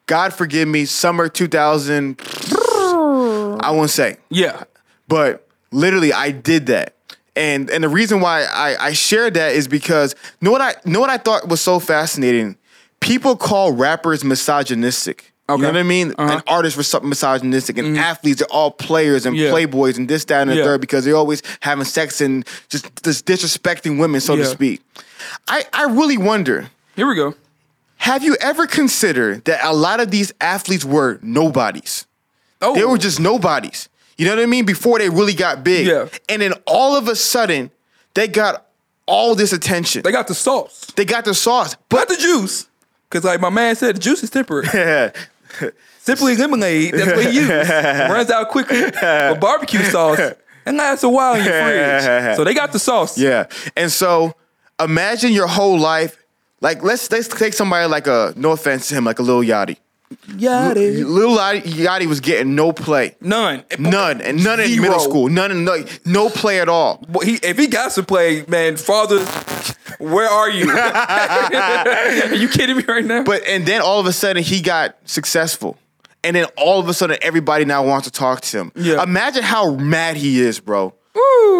Speaker 2: God forgive me. Summer 2000. I won't say
Speaker 1: yeah.
Speaker 2: but literally I did that. And and the reason why I, I shared that is because know what I know what I thought was so fascinating? People call rappers misogynistic. You
Speaker 1: Okay. Uh-huh. Mm-hmm.
Speaker 2: know what I mean? And artists were so- misogynistic, and athletes are all players and
Speaker 1: Yeah.
Speaker 2: playboys and this, that, and the
Speaker 1: Yeah.
Speaker 2: third because they're always having sex and just, just disrespecting women, so to
Speaker 1: Yeah.
Speaker 2: speak. I, I really wonder
Speaker 1: Here we go.
Speaker 2: have you ever considered that a lot of these athletes were nobodies?
Speaker 1: Oh,
Speaker 2: They were just nobodies. You know what I mean? Before they really got big.
Speaker 1: Yeah.
Speaker 2: And then all of a sudden, they got all this attention.
Speaker 1: they got the sauce,
Speaker 2: They got the sauce.
Speaker 1: but the juice. Because like my man said, the juice is temporary.
Speaker 2: But
Speaker 1: Simply lemonade, that's what you use. Runs out quickly. But barbecue sauce, and lasts a while in your fridge. So they got the sauce.
Speaker 2: yeah. And so imagine your whole life. Like let's let's take somebody like a no offense to him, like a little Yachty.
Speaker 1: Yeah, they-
Speaker 2: Little Yachty, Yachty was getting no play.
Speaker 1: None.
Speaker 2: None. And none in middle
Speaker 1: Zero.
Speaker 2: school. None in no, no play at all.
Speaker 1: Boy, he- if he got to play, man, father, where are you? are you kidding me right now?
Speaker 2: But and then all of a sudden he got successful. And then all of a sudden everybody now wants to talk to him.
Speaker 1: Yeah.
Speaker 2: Imagine how mad he is, bro.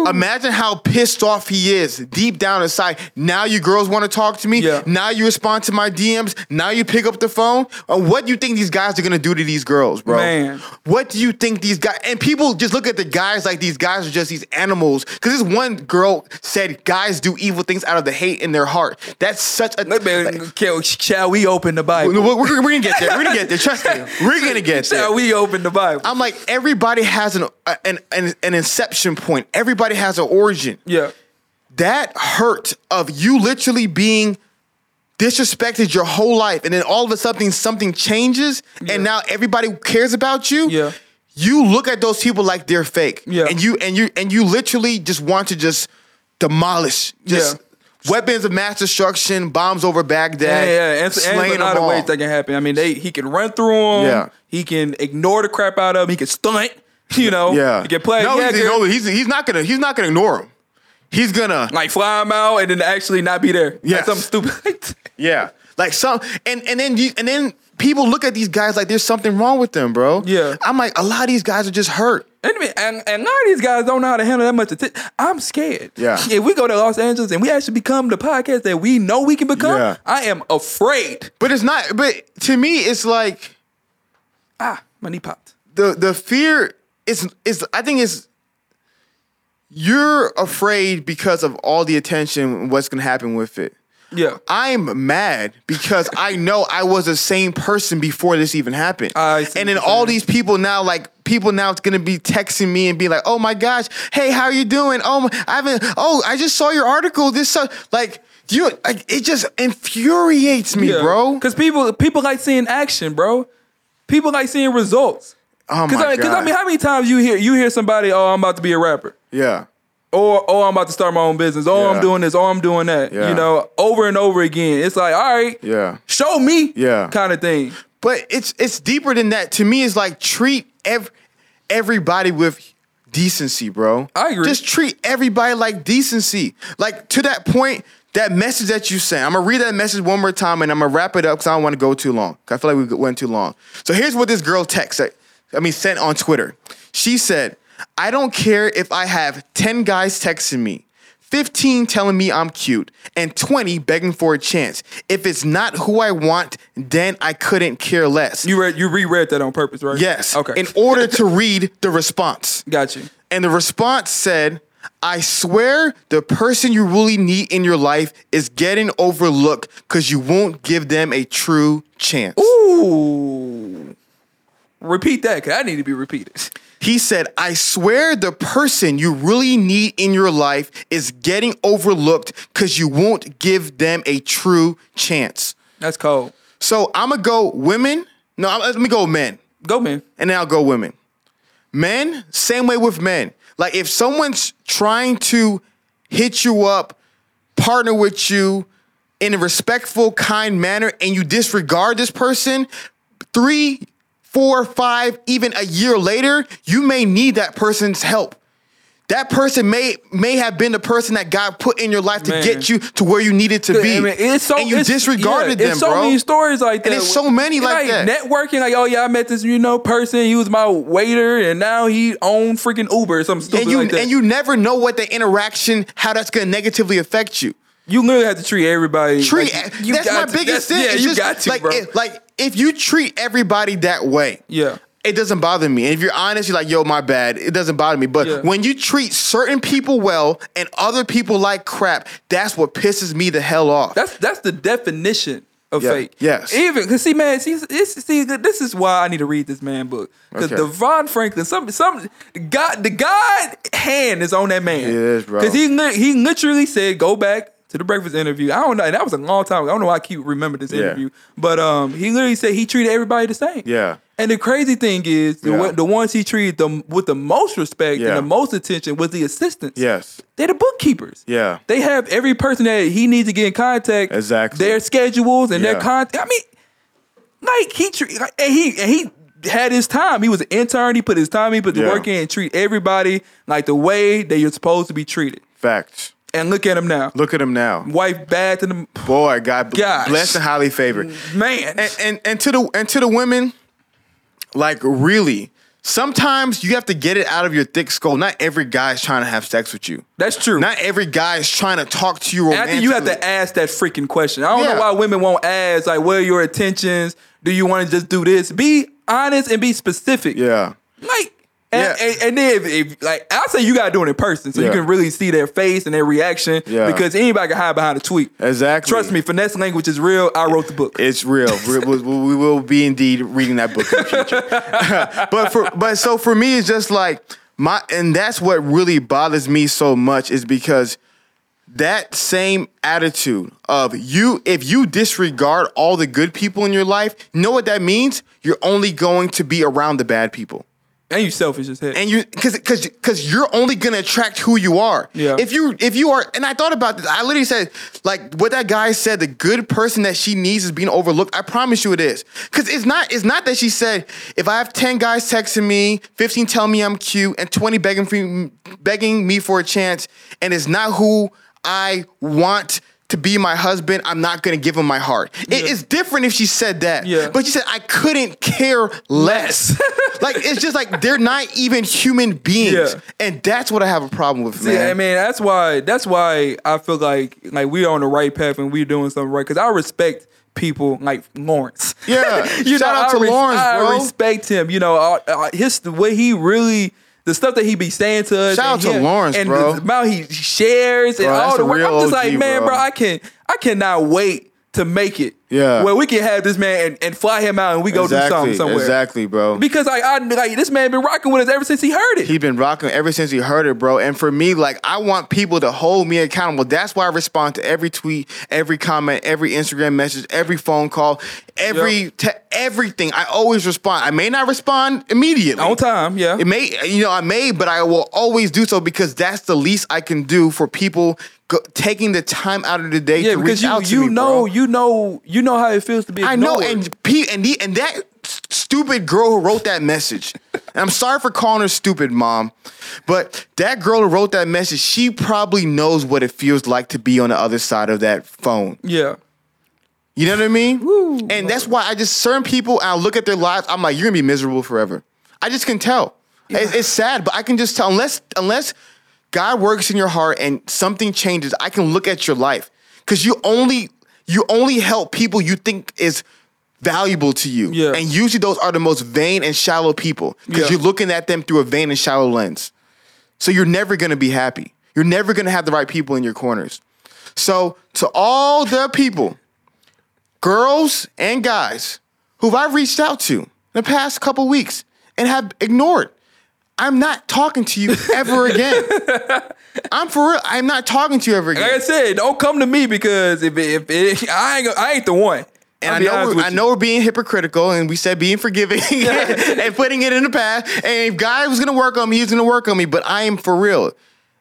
Speaker 2: Imagine how pissed off he is deep down inside. Now you girls want to talk to me.
Speaker 1: Yeah.
Speaker 2: Now you respond to my DMs. Now you pick up the phone. Uh, what do you think these guys are gonna do to these girls, bro?
Speaker 1: Man.
Speaker 2: What do you think these guys and people just look at the guys like these guys are just these animals? Because this one girl said guys do evil things out of the hate in their heart. That's such a
Speaker 1: Look, man, can- shall we open the
Speaker 2: no,
Speaker 1: Bible?
Speaker 2: We're, we're, we're gonna get there. We're gonna get there. Trust me. We're gonna get there.
Speaker 1: Shall we open the Bible?
Speaker 2: I'm like everybody has an a- an an, an inception point. Everybody has an origin.
Speaker 1: yeah.
Speaker 2: That hurt of you literally being disrespected your whole life, and then all of a sudden something changes, and now everybody cares about you.
Speaker 1: Yeah.
Speaker 2: You look at those people like they're fake.
Speaker 1: Yeah.
Speaker 2: And you and you and you literally just want to just demolish. Just weapons of mass destruction, bombs over Baghdad.
Speaker 1: Yeah, yeah, and, and there's
Speaker 2: slaying
Speaker 1: a lot
Speaker 2: them
Speaker 1: of
Speaker 2: all.
Speaker 1: ways that can happen. I mean, they he can run through them.
Speaker 2: Yeah.
Speaker 1: He can ignore the crap out of him. He can stunt. You know.
Speaker 2: Yeah,
Speaker 1: Oh, He can play.
Speaker 2: No,
Speaker 1: yeah,
Speaker 2: he's,
Speaker 1: girl,
Speaker 2: no, he's, he's not gonna he's not gonna ignore him. He's gonna
Speaker 1: like fly him out and then actually not be there. Yeah.
Speaker 2: Yes.
Speaker 1: Like something stupid. like that.
Speaker 2: yeah, like some and and then you, and then people look at these guys like there's something wrong with them, bro.
Speaker 1: Yeah.
Speaker 2: I'm like a lot of these guys are just hurt.
Speaker 1: and, and and a lot of these guys don't know how to handle that much attention. I'm scared.
Speaker 2: Yeah.
Speaker 1: If we go to Los Angeles and we actually become the podcast that we know we can become,
Speaker 2: Yeah.
Speaker 1: I am afraid.
Speaker 2: But it's not. But to me, it's like
Speaker 1: Ah, my knee popped.
Speaker 2: the the fear is is I think it's you're afraid because of all the attention and what's gonna happen with it.
Speaker 1: Yeah.
Speaker 2: I'm mad because I know I was the same person before this even happened.
Speaker 1: I see
Speaker 2: and then
Speaker 1: what you're
Speaker 2: all
Speaker 1: saying.
Speaker 2: these people now, like people now, it's gonna be texting me and be like, "Oh my gosh, hey, how are you doing? Oh, my, I haven't. Oh, I just saw your article. This so, like." You like it just infuriates me, bro.
Speaker 1: Because people people like seeing action, bro. People like seeing results.
Speaker 2: Oh
Speaker 1: Because
Speaker 2: my
Speaker 1: I, mean- 'cause I
Speaker 2: God.
Speaker 1: mean, how many times you hear you hear somebody, oh, I'm about to be a rapper,
Speaker 2: Yeah,
Speaker 1: or oh, I'm about to start my own business, oh,
Speaker 2: Yeah.
Speaker 1: I'm doing this, oh, I'm doing that.
Speaker 2: Yeah.
Speaker 1: You know, over and over again. It's like, all right,
Speaker 2: Yeah.
Speaker 1: show me,
Speaker 2: Yeah.
Speaker 1: kind of thing.
Speaker 2: but it's it's deeper than that. To me, it's like treat ev- everybody with decency, bro.
Speaker 1: I agree.
Speaker 2: Just treat everybody like decency. Like to that point, that message that you sent. I'm gonna read that message one more time, and I'm gonna wrap it up because I don't want to go too long. 'Cause I feel like we went too long. So here's what this girl text. I mean, sent on Twitter. She said, "I don't care if I have ten guys texting me." 15 telling me I'm cute, and 20 begging for a chance. If it's not who I want, then I couldn't care less.
Speaker 1: You read you reread that on purpose, right?
Speaker 2: yes.
Speaker 1: Okay.
Speaker 2: In order to read the response.
Speaker 1: Got you.
Speaker 2: And the response said, I swear the person you really need in your life is getting overlooked because you won't give them a true chance.
Speaker 1: Ooh. Repeat that, cause I need to be repeated.
Speaker 2: He said, I swear the person you really need in your life is getting overlooked because you won't give them a true chance.
Speaker 1: That's cold.
Speaker 2: So I'm going to go women. No, I'm- let me go men.
Speaker 1: Go, man.
Speaker 2: and then I'll go women. Men, same way with men. Like if someone's trying to hit you up, partner with you in a respectful, kind manner, and you disregard this person, three, four, five, even a year later, you may need that person's help. That person may may have been the person that God put in your life to
Speaker 1: Man.
Speaker 2: get you to where you needed to be.
Speaker 1: I mean, it's so
Speaker 2: and you
Speaker 1: it's-
Speaker 2: disregarded
Speaker 1: yeah,
Speaker 2: them,
Speaker 1: it's so
Speaker 2: bro.
Speaker 1: many stories like that.
Speaker 2: And it's so many like that.
Speaker 1: Networking, like oh yeah, I met this you know person. He was my waiter, and now he owned freaking Uber or something stupid
Speaker 2: and you
Speaker 1: like that.
Speaker 2: and you never know what the interaction how that's going to negatively affect you.
Speaker 1: You literally have to treat everybody.
Speaker 2: Treat
Speaker 1: like,
Speaker 2: that's my
Speaker 1: got to- that's-
Speaker 2: biggest thing.
Speaker 1: Yeah,
Speaker 2: It's
Speaker 1: you
Speaker 2: just,
Speaker 1: got to,
Speaker 2: like
Speaker 1: bro.
Speaker 2: If, like if you treat everybody that way,
Speaker 1: yeah,
Speaker 2: it doesn't bother me. And if you're honest, you're like, yo, my bad. It doesn't bother me. But
Speaker 1: Yeah.
Speaker 2: when you treat certain people well and other people like crap, that's what pisses me the hell off.
Speaker 1: that's that's the definition of
Speaker 2: Yeah,
Speaker 1: fake.
Speaker 2: yes.
Speaker 1: Even cause see, man, see, it's, see, this is why I need to read this man book. Cause
Speaker 2: Okay.
Speaker 1: Devon Franklin, some some God, the God hand is on that man.
Speaker 2: It is, bro.
Speaker 1: Cause he li- he literally said, go back. To the breakfast interview, I don't know. And that was a long time. ago. I don't know why I keep remembering this
Speaker 2: Yeah.
Speaker 1: interview, but um, he literally said he treated everybody the same.
Speaker 2: Yeah.
Speaker 1: And the crazy thing is, the,
Speaker 2: Yeah.
Speaker 1: wa- the ones he treated the, with the most respect
Speaker 2: Yeah.
Speaker 1: and the most attention was the assistants.
Speaker 2: yes.
Speaker 1: They're the bookkeepers.
Speaker 2: Yeah.
Speaker 1: They have every person that he needs to get in contact.
Speaker 2: Exactly.
Speaker 1: Their schedules and
Speaker 2: Yeah.
Speaker 1: their contact. I mean, like he tre- like, and he and he had his time. He was an intern. He put his time. He put the
Speaker 2: Yeah.
Speaker 1: work in. and Treat everybody like the way that you're supposed to be treated.
Speaker 2: Facts.
Speaker 1: And look at him now.
Speaker 2: Look at him now.
Speaker 1: Wife bad to the
Speaker 2: Boy, God
Speaker 1: Gosh.
Speaker 2: blessed and highly favored.
Speaker 1: man.
Speaker 2: and, and and to the and to the women, like really, sometimes you have to get it out of your thick skull. Not every guy's trying to have sex with you.
Speaker 1: That's true.
Speaker 2: Not every guy is trying to talk to you
Speaker 1: I
Speaker 2: romantically.
Speaker 1: think you have to ask that freaking question. I don't
Speaker 2: Yeah.
Speaker 1: know why women won't ask like, "What are your intentions? Do you want to just do this?" Be honest and be specific.
Speaker 2: Yeah.
Speaker 1: Like, and,
Speaker 2: Yeah.
Speaker 1: and, and then if, if like I'll say you gotta do it in person so
Speaker 2: Yeah.
Speaker 1: you can really see their face and their reaction.
Speaker 2: Yeah.
Speaker 1: Because anybody can hide behind a tweet.
Speaker 2: Exactly.
Speaker 1: Trust me, finesse language is real. I wrote the book.
Speaker 2: It's real. We, we- we will be indeed reading that book in the future. but for but so for me, it's just like my and that's what really bothers me so much is because that same attitude of you if you disregard all the good people in your life, you know what that means? You're only going to be around the bad people.
Speaker 1: and you selfish as hell.
Speaker 2: And you, cause, cause, cause you're only gonna attract who you are.
Speaker 1: Yeah.
Speaker 2: If you, if you are, and I thought about this. I literally said, like, what that guy said. The good person that she needs is being overlooked. I promise you, it is. Cause it's not, it's not that she said, if I have ten guys texting me, fifteen tell me I'm cute, and twenty begging for, begging me for a chance, and it's not who I want. To be my husband, I'm not gonna give him my heart. It is different if she said that.
Speaker 1: Yeah.
Speaker 2: But she said, I couldn't care less. like, it's just like they're not even human beings.
Speaker 1: Yeah.
Speaker 2: And that's what I have a problem with, man.
Speaker 1: See, I mean, that's why that's why I feel like like we're on the right path and we're doing something right. Cause I respect people like Lawrence.
Speaker 2: Yeah.
Speaker 1: you
Speaker 2: Shout
Speaker 1: know,
Speaker 2: out
Speaker 1: I
Speaker 2: to Lawrence,
Speaker 1: I
Speaker 2: bro.
Speaker 1: respect him. You know, uh, uh, his the way he really. The stuff that he be saying to us,
Speaker 2: Shout
Speaker 1: and
Speaker 2: out to
Speaker 1: him-
Speaker 2: Lawrence,
Speaker 1: and
Speaker 2: bro.
Speaker 1: the amount he shares and
Speaker 2: Bro, that's
Speaker 1: all the
Speaker 2: a
Speaker 1: work. I'm
Speaker 2: real
Speaker 1: just
Speaker 2: OG,
Speaker 1: like, man,
Speaker 2: bro.
Speaker 1: bro, I can, I cannot wait to make it.
Speaker 2: Yeah.
Speaker 1: where we can have this man and, and fly him out and we go do something somewhere.
Speaker 2: Exactly, bro.
Speaker 1: Because like I like this man been rocking with us ever since he heard it.
Speaker 2: He's been rocking ever since he heard it, bro. And for me, like, I want people to hold me accountable. That's why I respond to every tweet, every comment, every Instagram message, every phone call, every te- everything. I always respond. I may not respond immediately.
Speaker 1: on time, yeah.
Speaker 2: It may, you know, I may, but I will always do so because that's the least I can do for people go, taking the time out of the day
Speaker 1: Yeah,
Speaker 2: to
Speaker 1: because
Speaker 2: reach
Speaker 1: you
Speaker 2: out to
Speaker 1: you
Speaker 2: me,
Speaker 1: know
Speaker 2: bro.
Speaker 1: you know you know how it feels to be. Ignored.
Speaker 2: I know, and P and the and that s- stupid girl who wrote that message. and I'm sorry for calling her stupid, mom, but that girl who wrote that message, she probably knows what it feels like to be on the other side of that phone.
Speaker 1: yeah,
Speaker 2: You know what I mean? and that's why I just certain people. I look at their lives. I'm like, you're gonna be miserable forever. I just can tell. It- it's sad, but I can just tell. Unless unless God works in your heart and something changes, I can look at your life because you only you only help people you think is valuable to you.
Speaker 1: Yeah.
Speaker 2: And usually those are the most vain and shallow people because
Speaker 1: Yeah.
Speaker 2: you're looking at them through a vain and shallow lens. So you're never gonna be happy. You're never gonna have the right people in your corners. So to all the people girls and guys who I've reached out to the past couple weeks and have ignored. I'm not talking to you ever again. I'm for real. I'm not talking to you ever
Speaker 1: Like I
Speaker 2: again.
Speaker 1: said, don't come to me because if if, if I ain't I ain't the one.
Speaker 2: And
Speaker 1: I'll
Speaker 2: I
Speaker 1: be
Speaker 2: know,
Speaker 1: honest
Speaker 2: we're,
Speaker 1: with
Speaker 2: I
Speaker 1: you.
Speaker 2: know we're being hypocritical, and we said being forgiving and putting it in the past. And if God was gonna work on me, He's gonna work on me. But I am for real.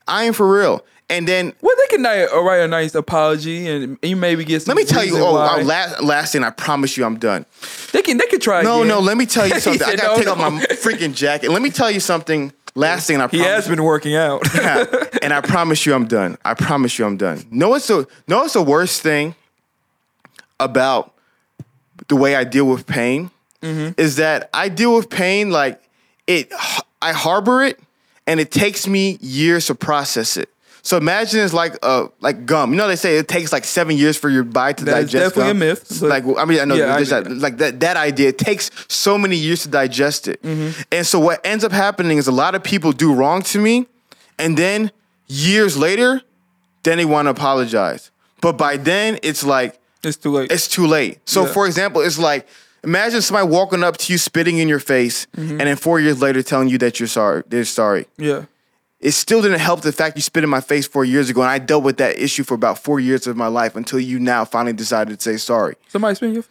Speaker 2: I am for real. And then
Speaker 1: Well, they can ni- uh, write a nice apology, and you maybe get. Some
Speaker 2: let me tell you.
Speaker 1: reason
Speaker 2: Oh,
Speaker 1: why.
Speaker 2: our last last thing. I promise you, I'm done.
Speaker 1: they can. They can try.
Speaker 2: No,
Speaker 1: again.
Speaker 2: no. Let me tell you
Speaker 1: He
Speaker 2: something. I
Speaker 1: said,
Speaker 2: gotta
Speaker 1: "No,
Speaker 2: take off
Speaker 1: no."
Speaker 2: my freaking jacket. Let me tell you something. Last thing. And I
Speaker 1: He
Speaker 2: promise.
Speaker 1: has been working out.
Speaker 2: and I promise you, I'm done. I promise you, I'm done. No, it's the no, it's the worst thing about the way I deal with pain
Speaker 1: Mm-hmm.
Speaker 2: is that I deal with pain like it. I harbor it, and it takes me years to process it. So imagine it's like uh like gum. You know they say it takes like seven years for your body to
Speaker 1: That is
Speaker 2: digest.
Speaker 1: definitely
Speaker 2: gum.
Speaker 1: a myth,
Speaker 2: It's
Speaker 1: but-
Speaker 2: Like I mean I know
Speaker 1: Yeah, I
Speaker 2: there's
Speaker 1: mean-
Speaker 2: that like that that idea it takes so many years to digest it
Speaker 1: Mm-hmm.
Speaker 2: and so what ends up happening is a lot of people do wrong to me and then years later then they want to apologize but by then it's like
Speaker 1: it's too late.
Speaker 2: it's too late so
Speaker 1: Yeah.
Speaker 2: for example it's like imagine somebody walking up to you spitting in your face
Speaker 1: Mm-hmm.
Speaker 2: and then four years later telling you that you're sorry they're sorry
Speaker 1: yeah.
Speaker 2: it still didn't help the fact you spit in my face four years ago and i dealt with that issue for about four years of my life until you now finally decided to say sorry
Speaker 1: Somebody spin your.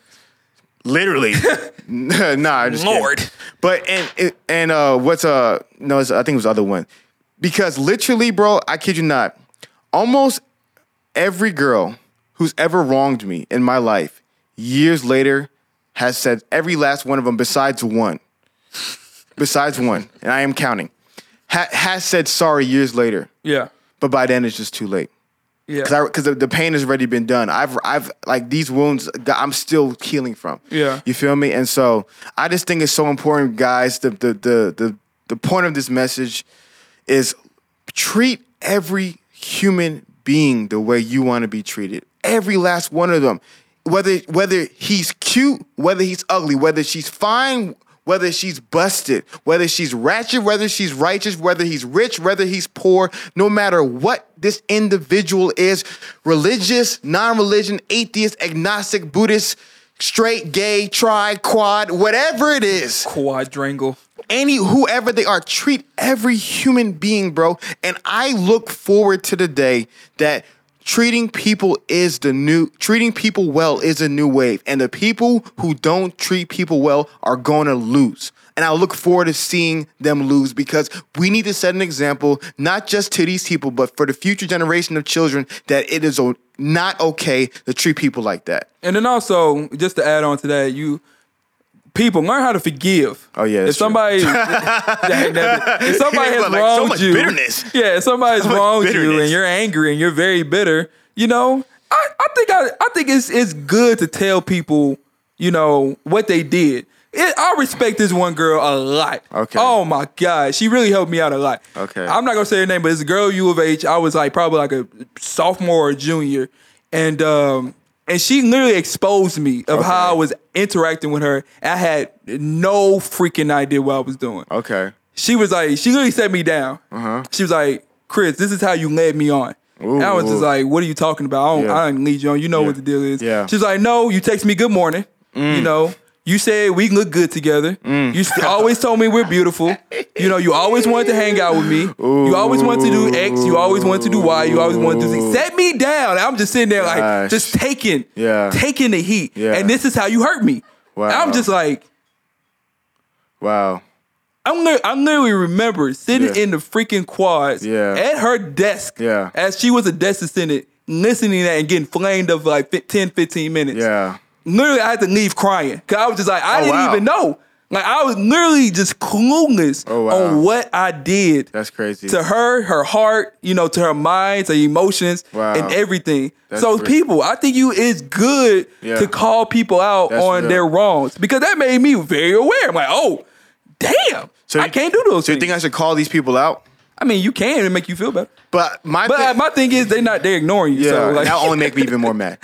Speaker 2: Literally. nah, I'm just kidding.
Speaker 1: Lord.
Speaker 2: But and and uh what's uh no, it's, I think it was the other one. Because literally, bro, I kid you not, almost every girl who's ever wronged me in my life, years later, has said every last one of them besides one. Besides one, and I am counting. Ha- has said sorry years later.
Speaker 1: Yeah.
Speaker 2: But by then it's just too late
Speaker 1: Yeah.
Speaker 2: because because the, the pain has already been done. I've I've like these wounds that I'm still healing from.
Speaker 1: Yeah.
Speaker 2: you feel me? And so I just think it's so important, guys. The the the the, the point of this message is treat every human being the way you want to be treated. Every last one of them, whether whether he's cute, whether he's ugly, whether she's fine. Whether she's busted, whether she's ratchet, whether she's righteous, whether he's rich, whether he's poor, no matter what this individual is religious, non religion, atheist, agnostic, Buddhist, straight, gay, tri, quad, whatever it is,
Speaker 1: Quadrangle.
Speaker 2: any whoever they are, treat every human being, bro. And I look forward to the day that treating people is the new treating people well is a new wave. And the people who don't treat people well are gonna lose. And I look forward to seeing them lose because we need to set an example, not just to these people, but for the future generation of children, that it is o- not okay to treat people like that.
Speaker 1: And then also, just to add on to that, you people learn how to forgive.
Speaker 2: Oh, yeah,
Speaker 1: If
Speaker 2: that's true.
Speaker 1: somebody, Dang, that- if somebody
Speaker 2: Yeah,
Speaker 1: has
Speaker 2: but, like, so
Speaker 1: wronged
Speaker 2: much
Speaker 1: you,
Speaker 2: bitterness.
Speaker 1: Yeah, if somebody's
Speaker 2: much
Speaker 1: wronged you,
Speaker 2: bitterness.
Speaker 1: and you're angry and you're very bitter. You know, I, I think I, I think it's it's good to tell people, you know, what they did. It, I respect this one girl a lot.
Speaker 2: Okay.
Speaker 1: Oh my god, she really helped me out a lot.
Speaker 2: Okay.
Speaker 1: I'm not gonna say her name, but it's a girl U of H. I was like probably like a sophomore or junior, and um, and she literally exposed me of how I was interacting with her. I had no freaking idea what I was doing.
Speaker 2: Okay.
Speaker 1: She was like, she literally set me down.
Speaker 2: Uh-huh.
Speaker 1: She was like, Chris, this is how you led me on. and I was
Speaker 2: Ooh.
Speaker 1: just like, what are you talking about? I don't,
Speaker 2: Yeah.
Speaker 1: I didn't lead you on. You know what the deal is.
Speaker 2: Yeah. Mm.
Speaker 1: She's like, no, you text me good morning. You know, you said we look good together. You st- always told me we're beautiful. You know, you always wanted to hang out with me. You always wanted to do X. You always wanted to do Y. You always wanted to do Z. Set me down. And I'm just sitting there
Speaker 2: Gosh.
Speaker 1: like, just taking,
Speaker 2: Yeah.
Speaker 1: taking the heat.
Speaker 2: Yeah.
Speaker 1: And this is how you hurt me.
Speaker 2: Wow.
Speaker 1: And I'm just like,
Speaker 2: Wow.
Speaker 1: I'm li- I literally remember sitting
Speaker 2: Yeah.
Speaker 1: in the freaking quads
Speaker 2: Yeah.
Speaker 1: at her desk
Speaker 2: Yeah.
Speaker 1: as she was a desk assistant listening to that and getting flamed up for like fi- 10, 15 minutes.
Speaker 2: Yeah.
Speaker 1: Literally, I had to leave crying because I was just like, I
Speaker 2: Oh,
Speaker 1: didn't
Speaker 2: wow.
Speaker 1: even know. Like, I was literally just clueless
Speaker 2: Oh, wow.
Speaker 1: on what I did
Speaker 2: That's crazy.
Speaker 1: to her, her heart, you know, to her mind, to emotions,
Speaker 2: Wow.
Speaker 1: and everything.
Speaker 2: That's
Speaker 1: so,
Speaker 2: real.
Speaker 1: people, I think you is good
Speaker 2: Yeah.
Speaker 1: to call people out
Speaker 2: That's
Speaker 1: on
Speaker 2: real.
Speaker 1: their wrongs because that made me very aware. I'm like, oh, damn,
Speaker 2: So
Speaker 1: I
Speaker 2: you-
Speaker 1: can't do those
Speaker 2: So you
Speaker 1: things.
Speaker 2: think I should call these people out?
Speaker 1: I mean, you can. It make you feel better.
Speaker 2: But my
Speaker 1: But
Speaker 2: thi-
Speaker 1: uh, my thing is, they not they ignoring you.
Speaker 2: yeah,
Speaker 1: so like,
Speaker 2: that only make me even more mad.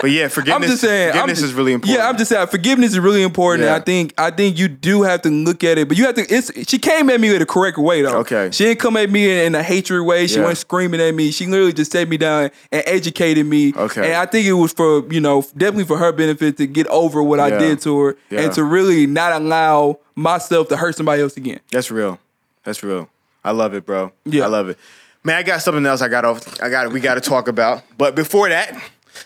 Speaker 2: But yeah, forgiveness.
Speaker 1: I'm just saying, I'm
Speaker 2: forgiveness
Speaker 1: just-
Speaker 2: is really important.
Speaker 1: Yeah, I'm just saying, forgiveness is really important.
Speaker 2: Yeah.
Speaker 1: And I think I think you do have to look at it, but you have to. It's she came at me in the correct way though.
Speaker 2: Okay.
Speaker 1: she didn't come at me in, in a hatred way. She
Speaker 2: Yeah.
Speaker 1: wasn't screaming at me. She literally just sat me down and educated me.
Speaker 2: Okay.
Speaker 1: and I think it was for you know definitely for her benefit to get over what
Speaker 2: Yeah.
Speaker 1: I did to her
Speaker 2: Yeah.
Speaker 1: and to really not allow myself to hurt somebody else again.
Speaker 2: That's real. That's real. I love it, bro.
Speaker 1: Yeah.
Speaker 2: I love it. Man, I got something else I got off. I got we got to talk about. But before that,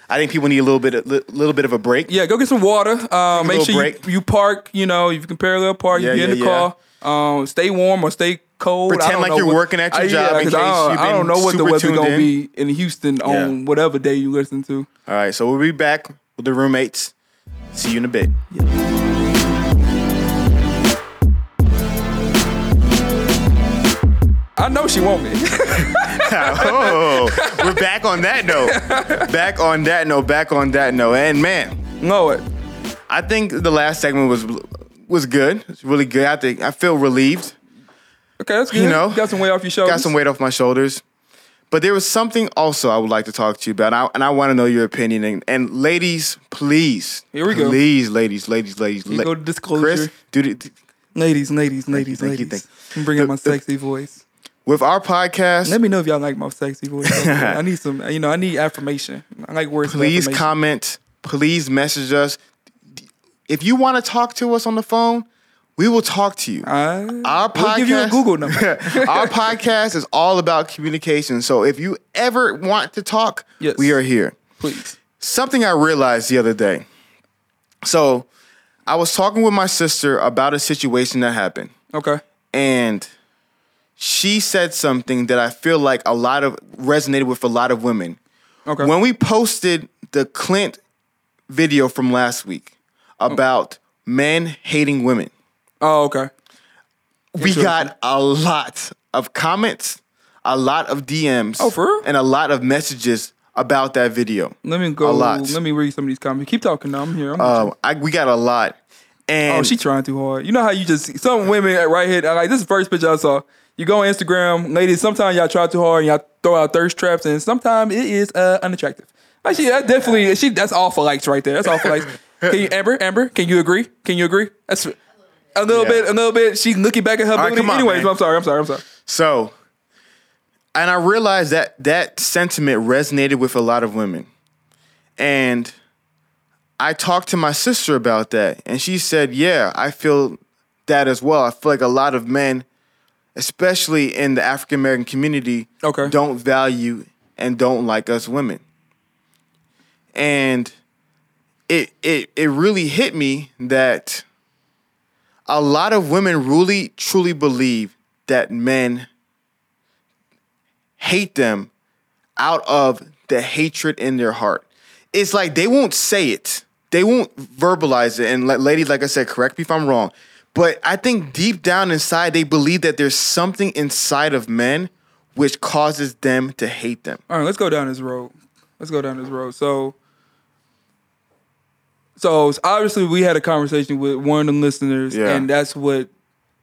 Speaker 2: I think people need a little bit, a little bit of a break.
Speaker 1: Yeah, go get some water. Uh, make
Speaker 2: little
Speaker 1: sure you,
Speaker 2: break.
Speaker 1: you park. You know, if you can parallel park,
Speaker 2: Yeah,
Speaker 1: you get in
Speaker 2: yeah,
Speaker 1: the car. Um, stay warm or stay cold. I
Speaker 2: Pretend
Speaker 1: don't
Speaker 2: like
Speaker 1: know
Speaker 2: you're
Speaker 1: what-
Speaker 2: working at your
Speaker 1: I-
Speaker 2: job in
Speaker 1: 'cause I
Speaker 2: case
Speaker 1: don't,
Speaker 2: you've
Speaker 1: I don't
Speaker 2: been
Speaker 1: know what the
Speaker 2: super
Speaker 1: weather
Speaker 2: tuned
Speaker 1: gonna
Speaker 2: in.
Speaker 1: be in Houston on whatever day you listen to.
Speaker 2: All right, so we'll be back with the roommates. See you in a bit.
Speaker 1: I know she want me.
Speaker 2: oh, we're back on that note. Back on that note. Back on that note. And man,
Speaker 1: know it.
Speaker 2: I think the last segment was was good. It's really good. I think I feel relieved.
Speaker 1: Okay, that's good.
Speaker 2: You know,
Speaker 1: got some weight off your shoulders.
Speaker 2: Got some weight off my shoulders. But there was something also I would like to talk to you about, and I, and I want to know your opinion. And, and ladies, please,
Speaker 1: Here we go.
Speaker 2: Please, ladies, ladies, ladies. Here
Speaker 1: go to disclosure.
Speaker 2: Chris, dude,
Speaker 1: Ladies, ladies, ladies,
Speaker 2: thank you,
Speaker 1: ladies.
Speaker 2: thank you.
Speaker 1: I'm bringing
Speaker 2: The-
Speaker 1: my
Speaker 2: the-
Speaker 1: sexy voice.
Speaker 2: with our podcast,
Speaker 1: Let me know if y'all like my sexy voice. I need some. You know, I need affirmation. I like words. with
Speaker 2: please
Speaker 1: affirmation.
Speaker 2: comment. Please message us. If you want to talk to us on the phone, we will talk to you.
Speaker 1: I-
Speaker 2: our podcast,
Speaker 1: We'll give you a Google number.
Speaker 2: our podcast is all about communication. So if you ever want to talk,
Speaker 1: Yes.
Speaker 2: we are here.
Speaker 1: Please.
Speaker 2: something I realized the other day. So I was talking with my sister about a situation that happened,
Speaker 1: Okay.
Speaker 2: and she said something that I feel like a lot of resonated with a lot of women.
Speaker 1: Okay.
Speaker 2: When we posted the Clint video from last week about men hating women,
Speaker 1: oh, okay.
Speaker 2: we got a lot of comments, a lot of DMs,
Speaker 1: Oh, for real?
Speaker 2: and a lot of messages about that video.
Speaker 1: Let me go.
Speaker 2: A lot.
Speaker 1: Let me read some of these comments. Keep talking. though. I'm here. I'm
Speaker 2: Um, I, we got a lot. And
Speaker 1: Oh, she trying too hard. You know how you just some women right here. Like this is the first picture I saw. You go on Instagram, ladies. Sometimes y'all try too hard and y'all throw out thirst traps, and sometimes it is uh, unattractive. Like she, that definitely she. That's all for likes right there. That's all for likes. Can you, Amber? Amber, can you agree? Can you agree? That's a little
Speaker 2: Yeah.
Speaker 1: bit. A little bit. She looking back at her
Speaker 2: right,
Speaker 1: booty.
Speaker 2: come on,
Speaker 1: Anyways,
Speaker 2: man.
Speaker 1: I'm sorry. I'm sorry. I'm sorry.
Speaker 2: So, and I realized that that sentiment resonated with a lot of women. And I talked to my sister about that, and she said, Yeah, I feel that as well. I feel like a lot of men, especially in the African American community,
Speaker 1: Okay.
Speaker 2: don't value and don't like us women. And it it it really hit me that a lot of women really truly believe that men hate them out of the hatred in their heart. It's like they won't say it. They won't verbalize it. And like, ladies, like I said, correct me if I'm wrong. But I think deep down inside, they believe that there's something inside of men which causes them to hate them.
Speaker 1: All right, let's go down this road. Let's go down this road. So, so obviously we had a conversation with one of the listeners,
Speaker 2: Yeah.
Speaker 1: and that's what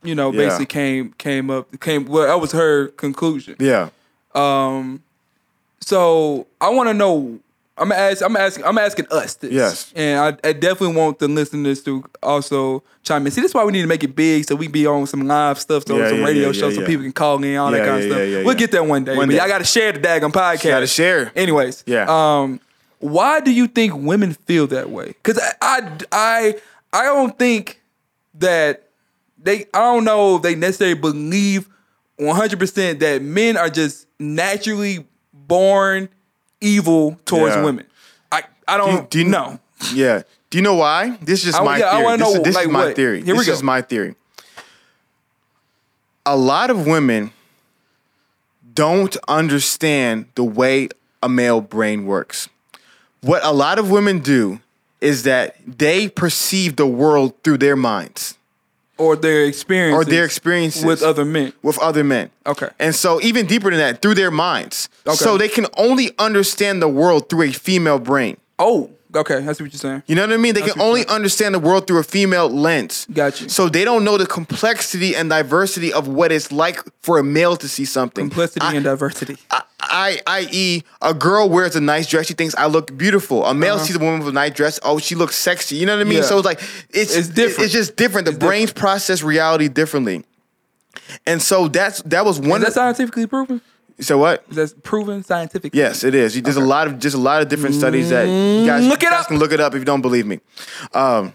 Speaker 1: you know
Speaker 2: Yeah.
Speaker 1: basically came came up came. Well, that was her conclusion.
Speaker 2: Yeah.
Speaker 1: So I want to know. I'm ask, I'm asking. I'm asking us this.
Speaker 2: Yes.
Speaker 1: And I, I definitely want the listeners to also chime in. See, this is why we need to make it big, so we be on some live stuff, so
Speaker 2: Yeah,
Speaker 1: some
Speaker 2: yeah,
Speaker 1: radio
Speaker 2: yeah,
Speaker 1: shows,
Speaker 2: yeah,
Speaker 1: so
Speaker 2: yeah.
Speaker 1: people can call in, all
Speaker 2: Yeah,
Speaker 1: that kind
Speaker 2: yeah,
Speaker 1: of stuff.
Speaker 2: yeah, yeah,
Speaker 1: we'll
Speaker 2: yeah.
Speaker 1: get there one day.
Speaker 2: One
Speaker 1: but
Speaker 2: day.
Speaker 1: y'all got to share the daggone podcast.
Speaker 2: Gotta share.
Speaker 1: Anyways,
Speaker 2: Yeah.
Speaker 1: Um, why do you think women feel that way? Because I, I, I, I don't think that they. I don't know if they necessarily believe one hundred percent that men are just naturally born evil towards
Speaker 2: Yeah.
Speaker 1: women. I, I don't.
Speaker 2: do you-
Speaker 1: know?
Speaker 2: Oh. Yeah. Do you know why? This is just
Speaker 1: I-
Speaker 2: my
Speaker 1: yeah, I
Speaker 2: theory.
Speaker 1: wanna
Speaker 2: this is,
Speaker 1: know,
Speaker 2: this
Speaker 1: like,
Speaker 2: is my
Speaker 1: what?
Speaker 2: theory.
Speaker 1: Here we
Speaker 2: this
Speaker 1: go.
Speaker 2: is my theory. A lot of women don't understand the way a male brain works. What a lot of women do is that they perceive the world through their minds
Speaker 1: Or their experience.
Speaker 2: or their experiences
Speaker 1: with other men.
Speaker 2: with other men.
Speaker 1: Okay.
Speaker 2: And so even deeper than that, through their minds.
Speaker 1: Okay.
Speaker 2: So they can only understand the world through a female brain.
Speaker 1: Oh, Okay, I see what you're saying.
Speaker 2: You know what I mean? They can only understand the world through a female lens.
Speaker 1: Gotcha.
Speaker 2: So they don't know the complexity and diversity of what it's like for a male to see something.
Speaker 1: Simplicity
Speaker 2: I-
Speaker 1: and diversity.
Speaker 2: I, I, i.e., a girl wears a nice dress, she thinks I look beautiful. A male sees a woman with a nice dress, oh, she looks sexy. You know what I mean?
Speaker 1: Yeah.
Speaker 2: So it's like it's
Speaker 1: It's different.
Speaker 2: It's just different. The brains process reality differently, and so that's that was one.
Speaker 1: Is that scientifically proven?
Speaker 2: so what?
Speaker 1: Is that proven scientifically?
Speaker 2: Yes, it is. You- There's a lot of just a lot of different studies that you guys,
Speaker 1: Mm, look it
Speaker 2: you guys
Speaker 1: up.
Speaker 2: can look it up if you don't believe me. Um,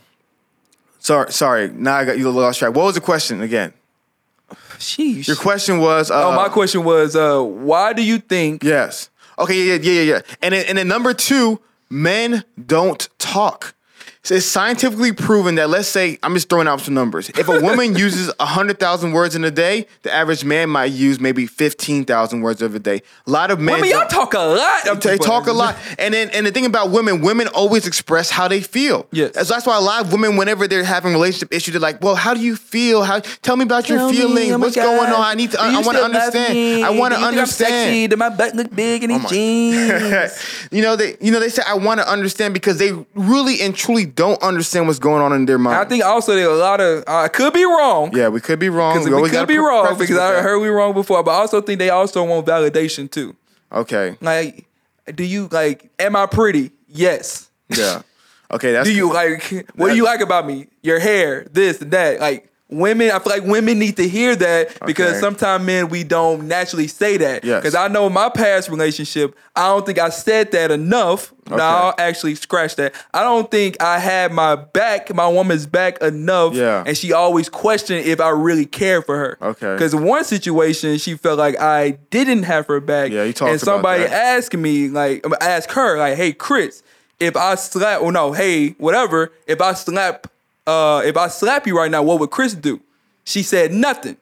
Speaker 2: sorry, sorry. Now I got you lost track. What was the question again?
Speaker 1: Sheesh.
Speaker 2: Your question was. Uh,
Speaker 1: oh, my question was, uh, why do you think?
Speaker 2: Yes. Okay. Yeah. Yeah. Yeah. Yeah. yeah. And then, and then number two, men don't talk. So It's scientifically proven that let's say I'm just throwing out some numbers. If a woman uses hundred thousand words in a day, the average man might use maybe fifteen thousand words of a day. A lot of men.
Speaker 1: I mean, y'all
Speaker 2: don't-
Speaker 1: talk a lot. I'm
Speaker 2: they
Speaker 1: just-
Speaker 2: talk a lot, and then and the thing about women, women always express how they feel.
Speaker 1: Yes.
Speaker 2: that's, that's why a lot of women, whenever they're having relationship issues, they're like, "Well, how do you feel? How tell me about
Speaker 1: Tell
Speaker 2: your
Speaker 1: me,
Speaker 2: feelings?
Speaker 1: oh my
Speaker 2: What's
Speaker 1: God,
Speaker 2: going on? I need to.
Speaker 1: do
Speaker 2: I,
Speaker 1: you
Speaker 2: I want to
Speaker 1: still love
Speaker 2: understand.
Speaker 1: me?
Speaker 2: I want to
Speaker 1: Do you think I'm sexy?
Speaker 2: understand. Oh
Speaker 1: Did my butt look big in these jeans?
Speaker 2: you know they, you know they say I want to understand because they really and truly don't understand what's going on in their mind.
Speaker 1: I think also there are a lot of. uh, I could be wrong.
Speaker 2: yeah, we could be wrong.
Speaker 1: Because we
Speaker 2: always
Speaker 1: could
Speaker 2: gotta
Speaker 1: be
Speaker 2: pre-
Speaker 1: wrong
Speaker 2: preface
Speaker 1: because
Speaker 2: with
Speaker 1: I
Speaker 2: that.
Speaker 1: heard we wrong before, but I also think they also want validation too.
Speaker 2: Okay,
Speaker 1: Like, do you like? Am I pretty? Yes.
Speaker 2: yeah, okay. That's
Speaker 1: Do you like? What do you like about me? Your hair, this, and that. Like women, I feel like women need to hear that because
Speaker 2: Okay.
Speaker 1: sometimes men we don't naturally say that.
Speaker 2: Yes.
Speaker 1: Because I know in my past relationship, I don't think I said that enough.
Speaker 2: Okay.
Speaker 1: Now I'll actually scratch that. I don't think I had my back, my woman's back enough.
Speaker 2: Yeah.
Speaker 1: And she always questioned if I really cared for her.
Speaker 2: Okay.
Speaker 1: Because one situation, she felt like I didn't have her back.
Speaker 2: Yeah, you talked
Speaker 1: And
Speaker 2: about
Speaker 1: somebody
Speaker 2: that.
Speaker 1: ask me, like, I mean, ask her, like, hey, Chris, if I slap, or no, hey, whatever, if I slap, uh, if I slap you right now, what would Chris do? She said nothing,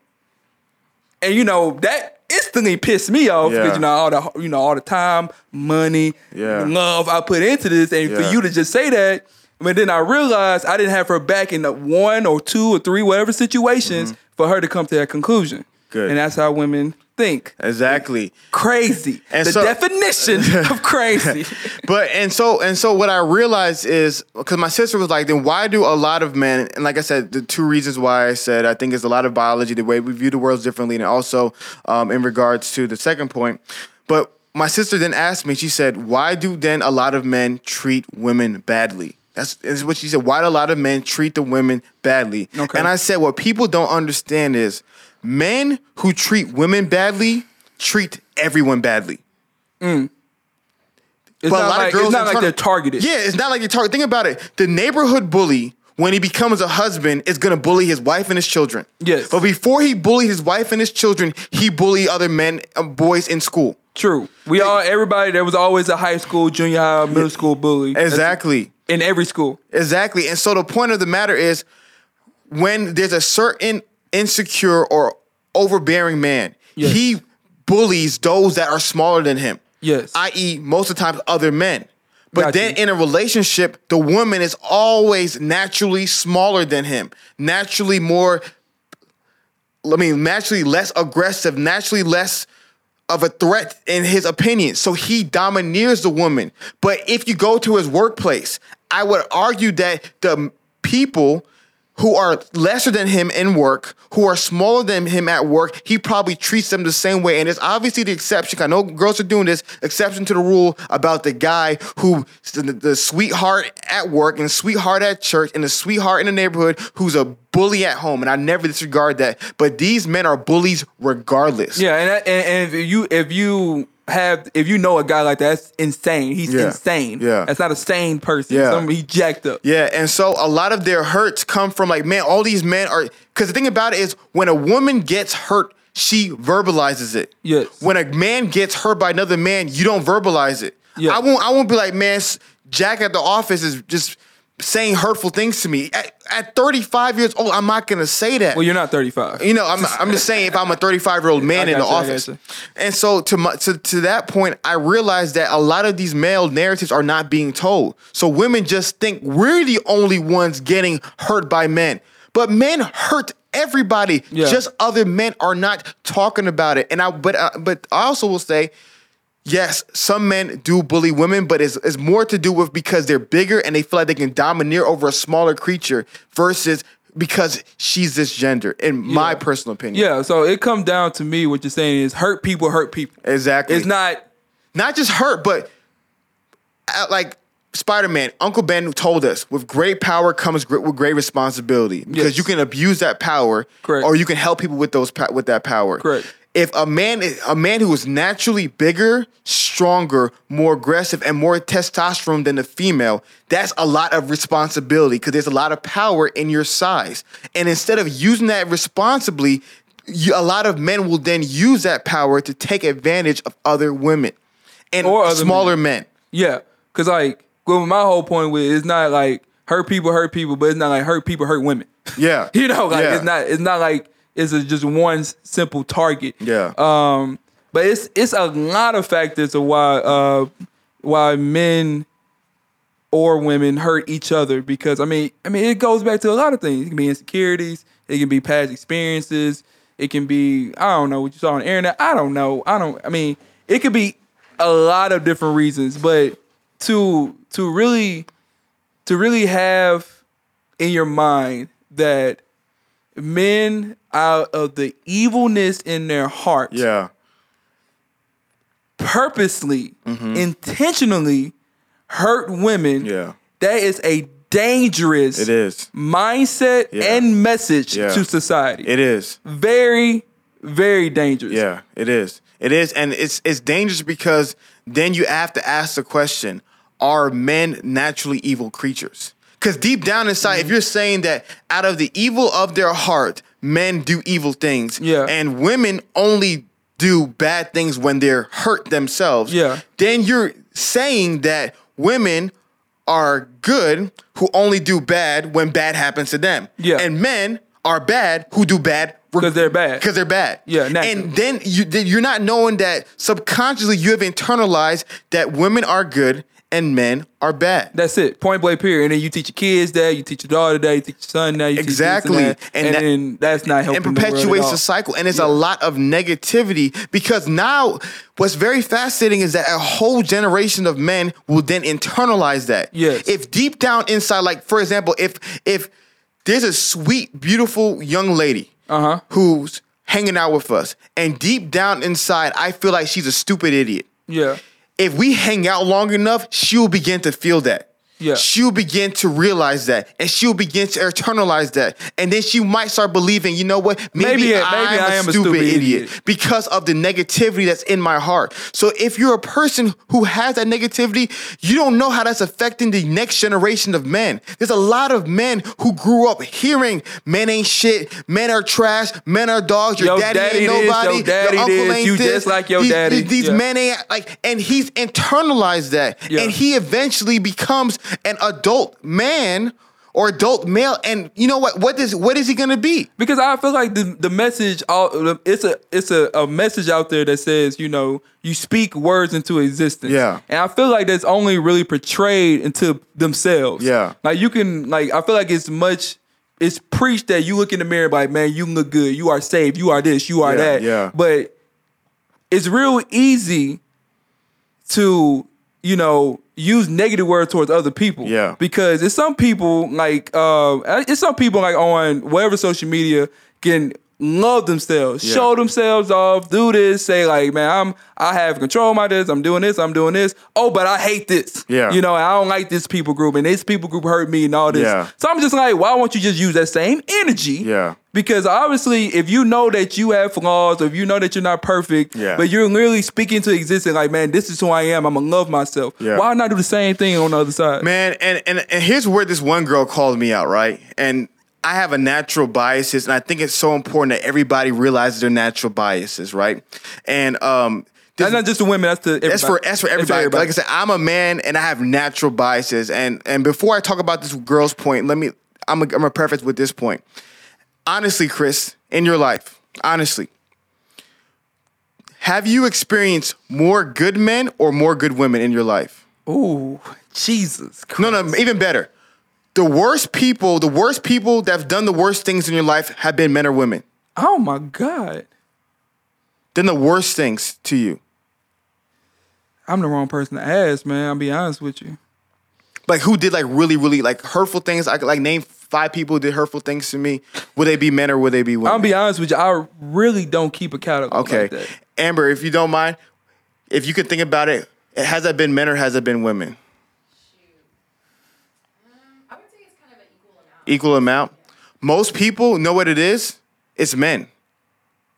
Speaker 1: and you know that instantly pissed me off because
Speaker 2: Yeah.
Speaker 1: you know all the you know all the time, money,
Speaker 2: Yeah.
Speaker 1: love I put into this, and
Speaker 2: Yeah.
Speaker 1: for you to just say that. But then I realized I didn't have her back in the one or two or three, whatever situations, for her to come to that conclusion.
Speaker 2: Mm-hmm. Good.
Speaker 1: And that's how women think
Speaker 2: exactly.
Speaker 1: crazy.
Speaker 2: And
Speaker 1: the
Speaker 2: so-
Speaker 1: definition of crazy.
Speaker 2: but and so and so what I realized is because my sister was like, then why do a lot of men? And like I said, the two reasons why I said I think it's a lot of biology, the way we view the world differently, and also um, in regards to the second point. But my sister then asked me, she said, why do then a lot of men treat women badly? That's is what she said. Why do a lot of men treat the women badly?
Speaker 1: Okay.
Speaker 2: And I said, what people don't understand is men who treat women badly treat everyone badly.
Speaker 1: It's not
Speaker 2: But a lot
Speaker 1: like,
Speaker 2: of girls
Speaker 1: it's not
Speaker 2: in
Speaker 1: like
Speaker 2: front
Speaker 1: they're
Speaker 2: of-
Speaker 1: targeted.
Speaker 2: Yeah, it's not like they're targeted. Think about it. The neighborhood bully, when he becomes a husband, is gonna bully his wife and his children.
Speaker 1: Yes.
Speaker 2: But before he bullied his wife and his children, he bullied other men, uh, boys in school.
Speaker 1: True. We all everybody there was always a high school, junior high, middle school bully. That's-
Speaker 2: Exactly.
Speaker 1: In every school.
Speaker 2: Exactly. And so the point of the matter is when there's a certain insecure or overbearing man,
Speaker 1: Yes.
Speaker 2: he bullies those that are smaller than him.
Speaker 1: Yes.
Speaker 2: I.e., E, most of the time, other men. But
Speaker 1: Got
Speaker 2: then
Speaker 1: you.
Speaker 2: in a relationship, the woman is always naturally smaller than him, naturally more, I mean, naturally less aggressive, naturally less of a threat in his opinion. So he domineers the woman. But if you go to his workplace, I would argue that the people who are lesser than him in work, who are smaller than him at work, he probably treats them the same way. And it's obviously the exception. I know girls are doing this, exception to the rule about the guy who the, the sweetheart at work and sweetheart at church and the sweetheart in the neighborhood who's a bully at home. And I never disregard that. But these men are bullies regardless.
Speaker 1: Yeah, and, that, and and if you if you have if you know a guy like that, that's insane. He's
Speaker 2: Yeah.
Speaker 1: insane.
Speaker 2: Yeah.
Speaker 1: That's not a sane person.
Speaker 2: Yeah.
Speaker 1: Some he jacked up.
Speaker 2: Yeah, and so a lot of their hurts come from like, man, all these men are. Because the thing about it is, when a woman gets hurt, she verbalizes it.
Speaker 1: Yes.
Speaker 2: When a man gets hurt by another man, you don't verbalize it.
Speaker 1: Yeah.
Speaker 2: I won't. I won't be like, man, s- Jack at the office is just saying hurtful things to me. At, at 35 years old, I'm not gonna say that.
Speaker 1: Well, you're not 35.
Speaker 2: You know, I'm, I'm just saying if I'm a 35 year old man
Speaker 1: I
Speaker 2: in the
Speaker 1: gotcha, I
Speaker 2: office.
Speaker 1: gotcha.
Speaker 2: And so to, my, to to that point, I realized that a lot of these male narratives are not being told. So women just think we're the only ones getting hurt by men, but men hurt everybody.
Speaker 1: Yeah.
Speaker 2: uh, Just other men are not talking about it. And I but I, but I also will say yes, some men do bully women, but it's, it's more to do with because they're bigger and they feel like they can domineer over a smaller creature versus because she's this gender, in my personal opinion.
Speaker 1: Yeah, so it comes down to me. What you're saying is hurt people hurt people.
Speaker 2: Exactly.
Speaker 1: It's not
Speaker 2: not just hurt, but uh, like Spider Man, Uncle Ben told us with great power comes gr- with great responsibility because
Speaker 1: Yes.
Speaker 2: you can abuse that power,
Speaker 1: Correct.
Speaker 2: or you can help people with those pa- with that power.
Speaker 1: Correct.
Speaker 2: If a man, is- a man who is naturally bigger, stronger, more aggressive, and more testosterone than the female, that's a lot of responsibility because there's a lot of power in your size. And instead of using that responsibly, you, a lot of men will then use that power to take advantage of other women and
Speaker 1: Or other
Speaker 2: smaller men.
Speaker 1: yeah, because like well, my whole point with it, it's not like hurt people hurt people, but it's not like hurt people hurt women.
Speaker 2: Yeah.
Speaker 1: you know, like
Speaker 2: Yeah.
Speaker 1: it's not it's not like it's a, just one s- simple target.
Speaker 2: Yeah.
Speaker 1: Um, but it's it's a lot of factors of why uh why men or women hurt each other because I mean I mean it goes back to a lot of things. It can be insecurities, it can be past experiences, it can be I don't know what you saw on the internet. I don't know. I don't I mean it could be a lot of different reasons, but to to really to really have in your mind that men out of the evilness in their heart
Speaker 2: Yeah.
Speaker 1: purposely, intentionally hurt women,
Speaker 2: Mm-hmm. Yeah.
Speaker 1: that is a dangerous
Speaker 2: It is.
Speaker 1: mindset
Speaker 2: Yeah.
Speaker 1: and message
Speaker 2: Yeah.
Speaker 1: to society.
Speaker 2: It is.
Speaker 1: very, very dangerous.
Speaker 2: Yeah, it is. It is, and it's it's dangerous because then you have to ask the question: Are men naturally evil creatures? Because deep down inside,
Speaker 1: Mm-hmm.
Speaker 2: if you're saying that out of the evil of their heart, men do evil things,
Speaker 1: Yeah.
Speaker 2: and women only do bad things when they're hurt themselves,
Speaker 1: Yeah.
Speaker 2: then you're saying that women are good who only do bad when bad happens to them,
Speaker 1: Yeah.
Speaker 2: and men are bad who do bad
Speaker 1: 'Cause they're bad.
Speaker 2: because they're bad,
Speaker 1: Yeah, naturally.
Speaker 2: and then you then you're not knowing that subconsciously you have internalized that women are good and men are bad.
Speaker 1: That's it. Point blank period. And then you teach your kids that, you teach your daughter that, you teach your son that, you teach this and
Speaker 2: Exactly.
Speaker 1: that,
Speaker 2: And
Speaker 1: and,
Speaker 2: that-
Speaker 1: then that's not helping.
Speaker 2: and perpetuates the
Speaker 1: the,
Speaker 2: cycle. And it's a lot of negativity because now what's very fascinating is that a whole generation of men will then internalize that.
Speaker 1: Yes.
Speaker 2: If deep down inside, like for example, if if there's a sweet, beautiful young lady
Speaker 1: Uh-huh.
Speaker 2: who's hanging out with us, and deep down inside, I feel like she's a stupid idiot.
Speaker 1: world at all. Yeah.
Speaker 2: if we hang out long enough, she'll begin to feel that.
Speaker 1: Yeah.
Speaker 2: She'll begin to realize that and she'll begin to internalize that. And then she might start believing, you know what? Maybe,
Speaker 1: Maybe, uh,
Speaker 2: I'm
Speaker 1: maybe
Speaker 2: a
Speaker 1: I am a
Speaker 2: stupid,
Speaker 1: stupid
Speaker 2: idiot,
Speaker 1: idiot.
Speaker 2: because of the negativity that's in my heart. So if you're a person who has that negativity, you don't know how that's affecting the next generation of men. There's a lot of men who grew up hearing men ain't shit, men are trash, men are dogs, your
Speaker 1: Yo,
Speaker 2: daddy,
Speaker 1: daddy
Speaker 2: ain't
Speaker 1: this, yo,
Speaker 2: nobody,
Speaker 1: daddy
Speaker 2: your uncle
Speaker 1: this,
Speaker 2: ain't
Speaker 1: you
Speaker 2: this.
Speaker 1: just like your
Speaker 2: These-
Speaker 1: daddy.
Speaker 2: These,
Speaker 1: Yeah.
Speaker 2: men and they like and he's internalized that
Speaker 1: Yeah.
Speaker 2: and he eventually becomes an adult man or adult male and you know what what is what is he going to be
Speaker 1: because I feel like the the message all it's a it's a, a message out there that says you know you speak words into existence.
Speaker 2: Yeah.
Speaker 1: and I feel like that's only really portrayed into themselves.
Speaker 2: Yeah.
Speaker 1: like you can like I feel like it's much it's preached that you look in the mirror like man you look good you are saved you are this you are
Speaker 2: Yeah,
Speaker 1: that
Speaker 2: yeah.
Speaker 1: but it's real easy to you know use negative words towards other people
Speaker 2: Yeah.
Speaker 1: because it's some people like uh it's some people like on whatever social media can love themselves show themselves off do this say like man i'm i have control of my this i'm doing this i'm doing this oh but i hate this
Speaker 2: Yeah.
Speaker 1: you know and i don't like this people group and this people group hurt me and all this
Speaker 2: Yeah.
Speaker 1: so i'm just like why won't you just use that same energy
Speaker 2: Yeah.
Speaker 1: because obviously if you know that you have flaws or if you know that you're not perfect
Speaker 2: Yeah.
Speaker 1: but you're literally speaking to existence like man this is who i am i'm gonna love myself
Speaker 2: Yeah.
Speaker 1: why not do the same thing on the other side
Speaker 2: man and, and and here's where this one girl called me out right and i have a natural biases and i think it's so important that everybody realizes their natural biases right and um this-
Speaker 1: that's not just the women that's the
Speaker 2: That's for that's for everybody. Like I said, I'm a man and I have natural biases. And and before I talk about this girl's point, let me I'm a, I'm a preface with this point. Honestly, Chris, in your life, honestly, have you experienced more good men or more good women in your life?
Speaker 1: ooh jesus Christ.
Speaker 2: No, no, even better. The worst people, the worst people that have done the worst things in your life have been men or women.
Speaker 1: oh my god
Speaker 2: Then the worst things to you.
Speaker 1: I'm the wrong person to ask, man. I'll be honest with you.
Speaker 2: Like who did like really, really like hurtful things? I could like name five people who did hurtful things to me. Would they be men or would they be women?
Speaker 1: I'll be honest with you. I really don't keep a catalog.
Speaker 2: okay.
Speaker 1: Like that.
Speaker 2: Amber, if you don't mind, if you could think about it, has that been men or has it been women?
Speaker 3: I would say it's kind of an equal amount.
Speaker 2: equal amount. Most people know what it is. It's men.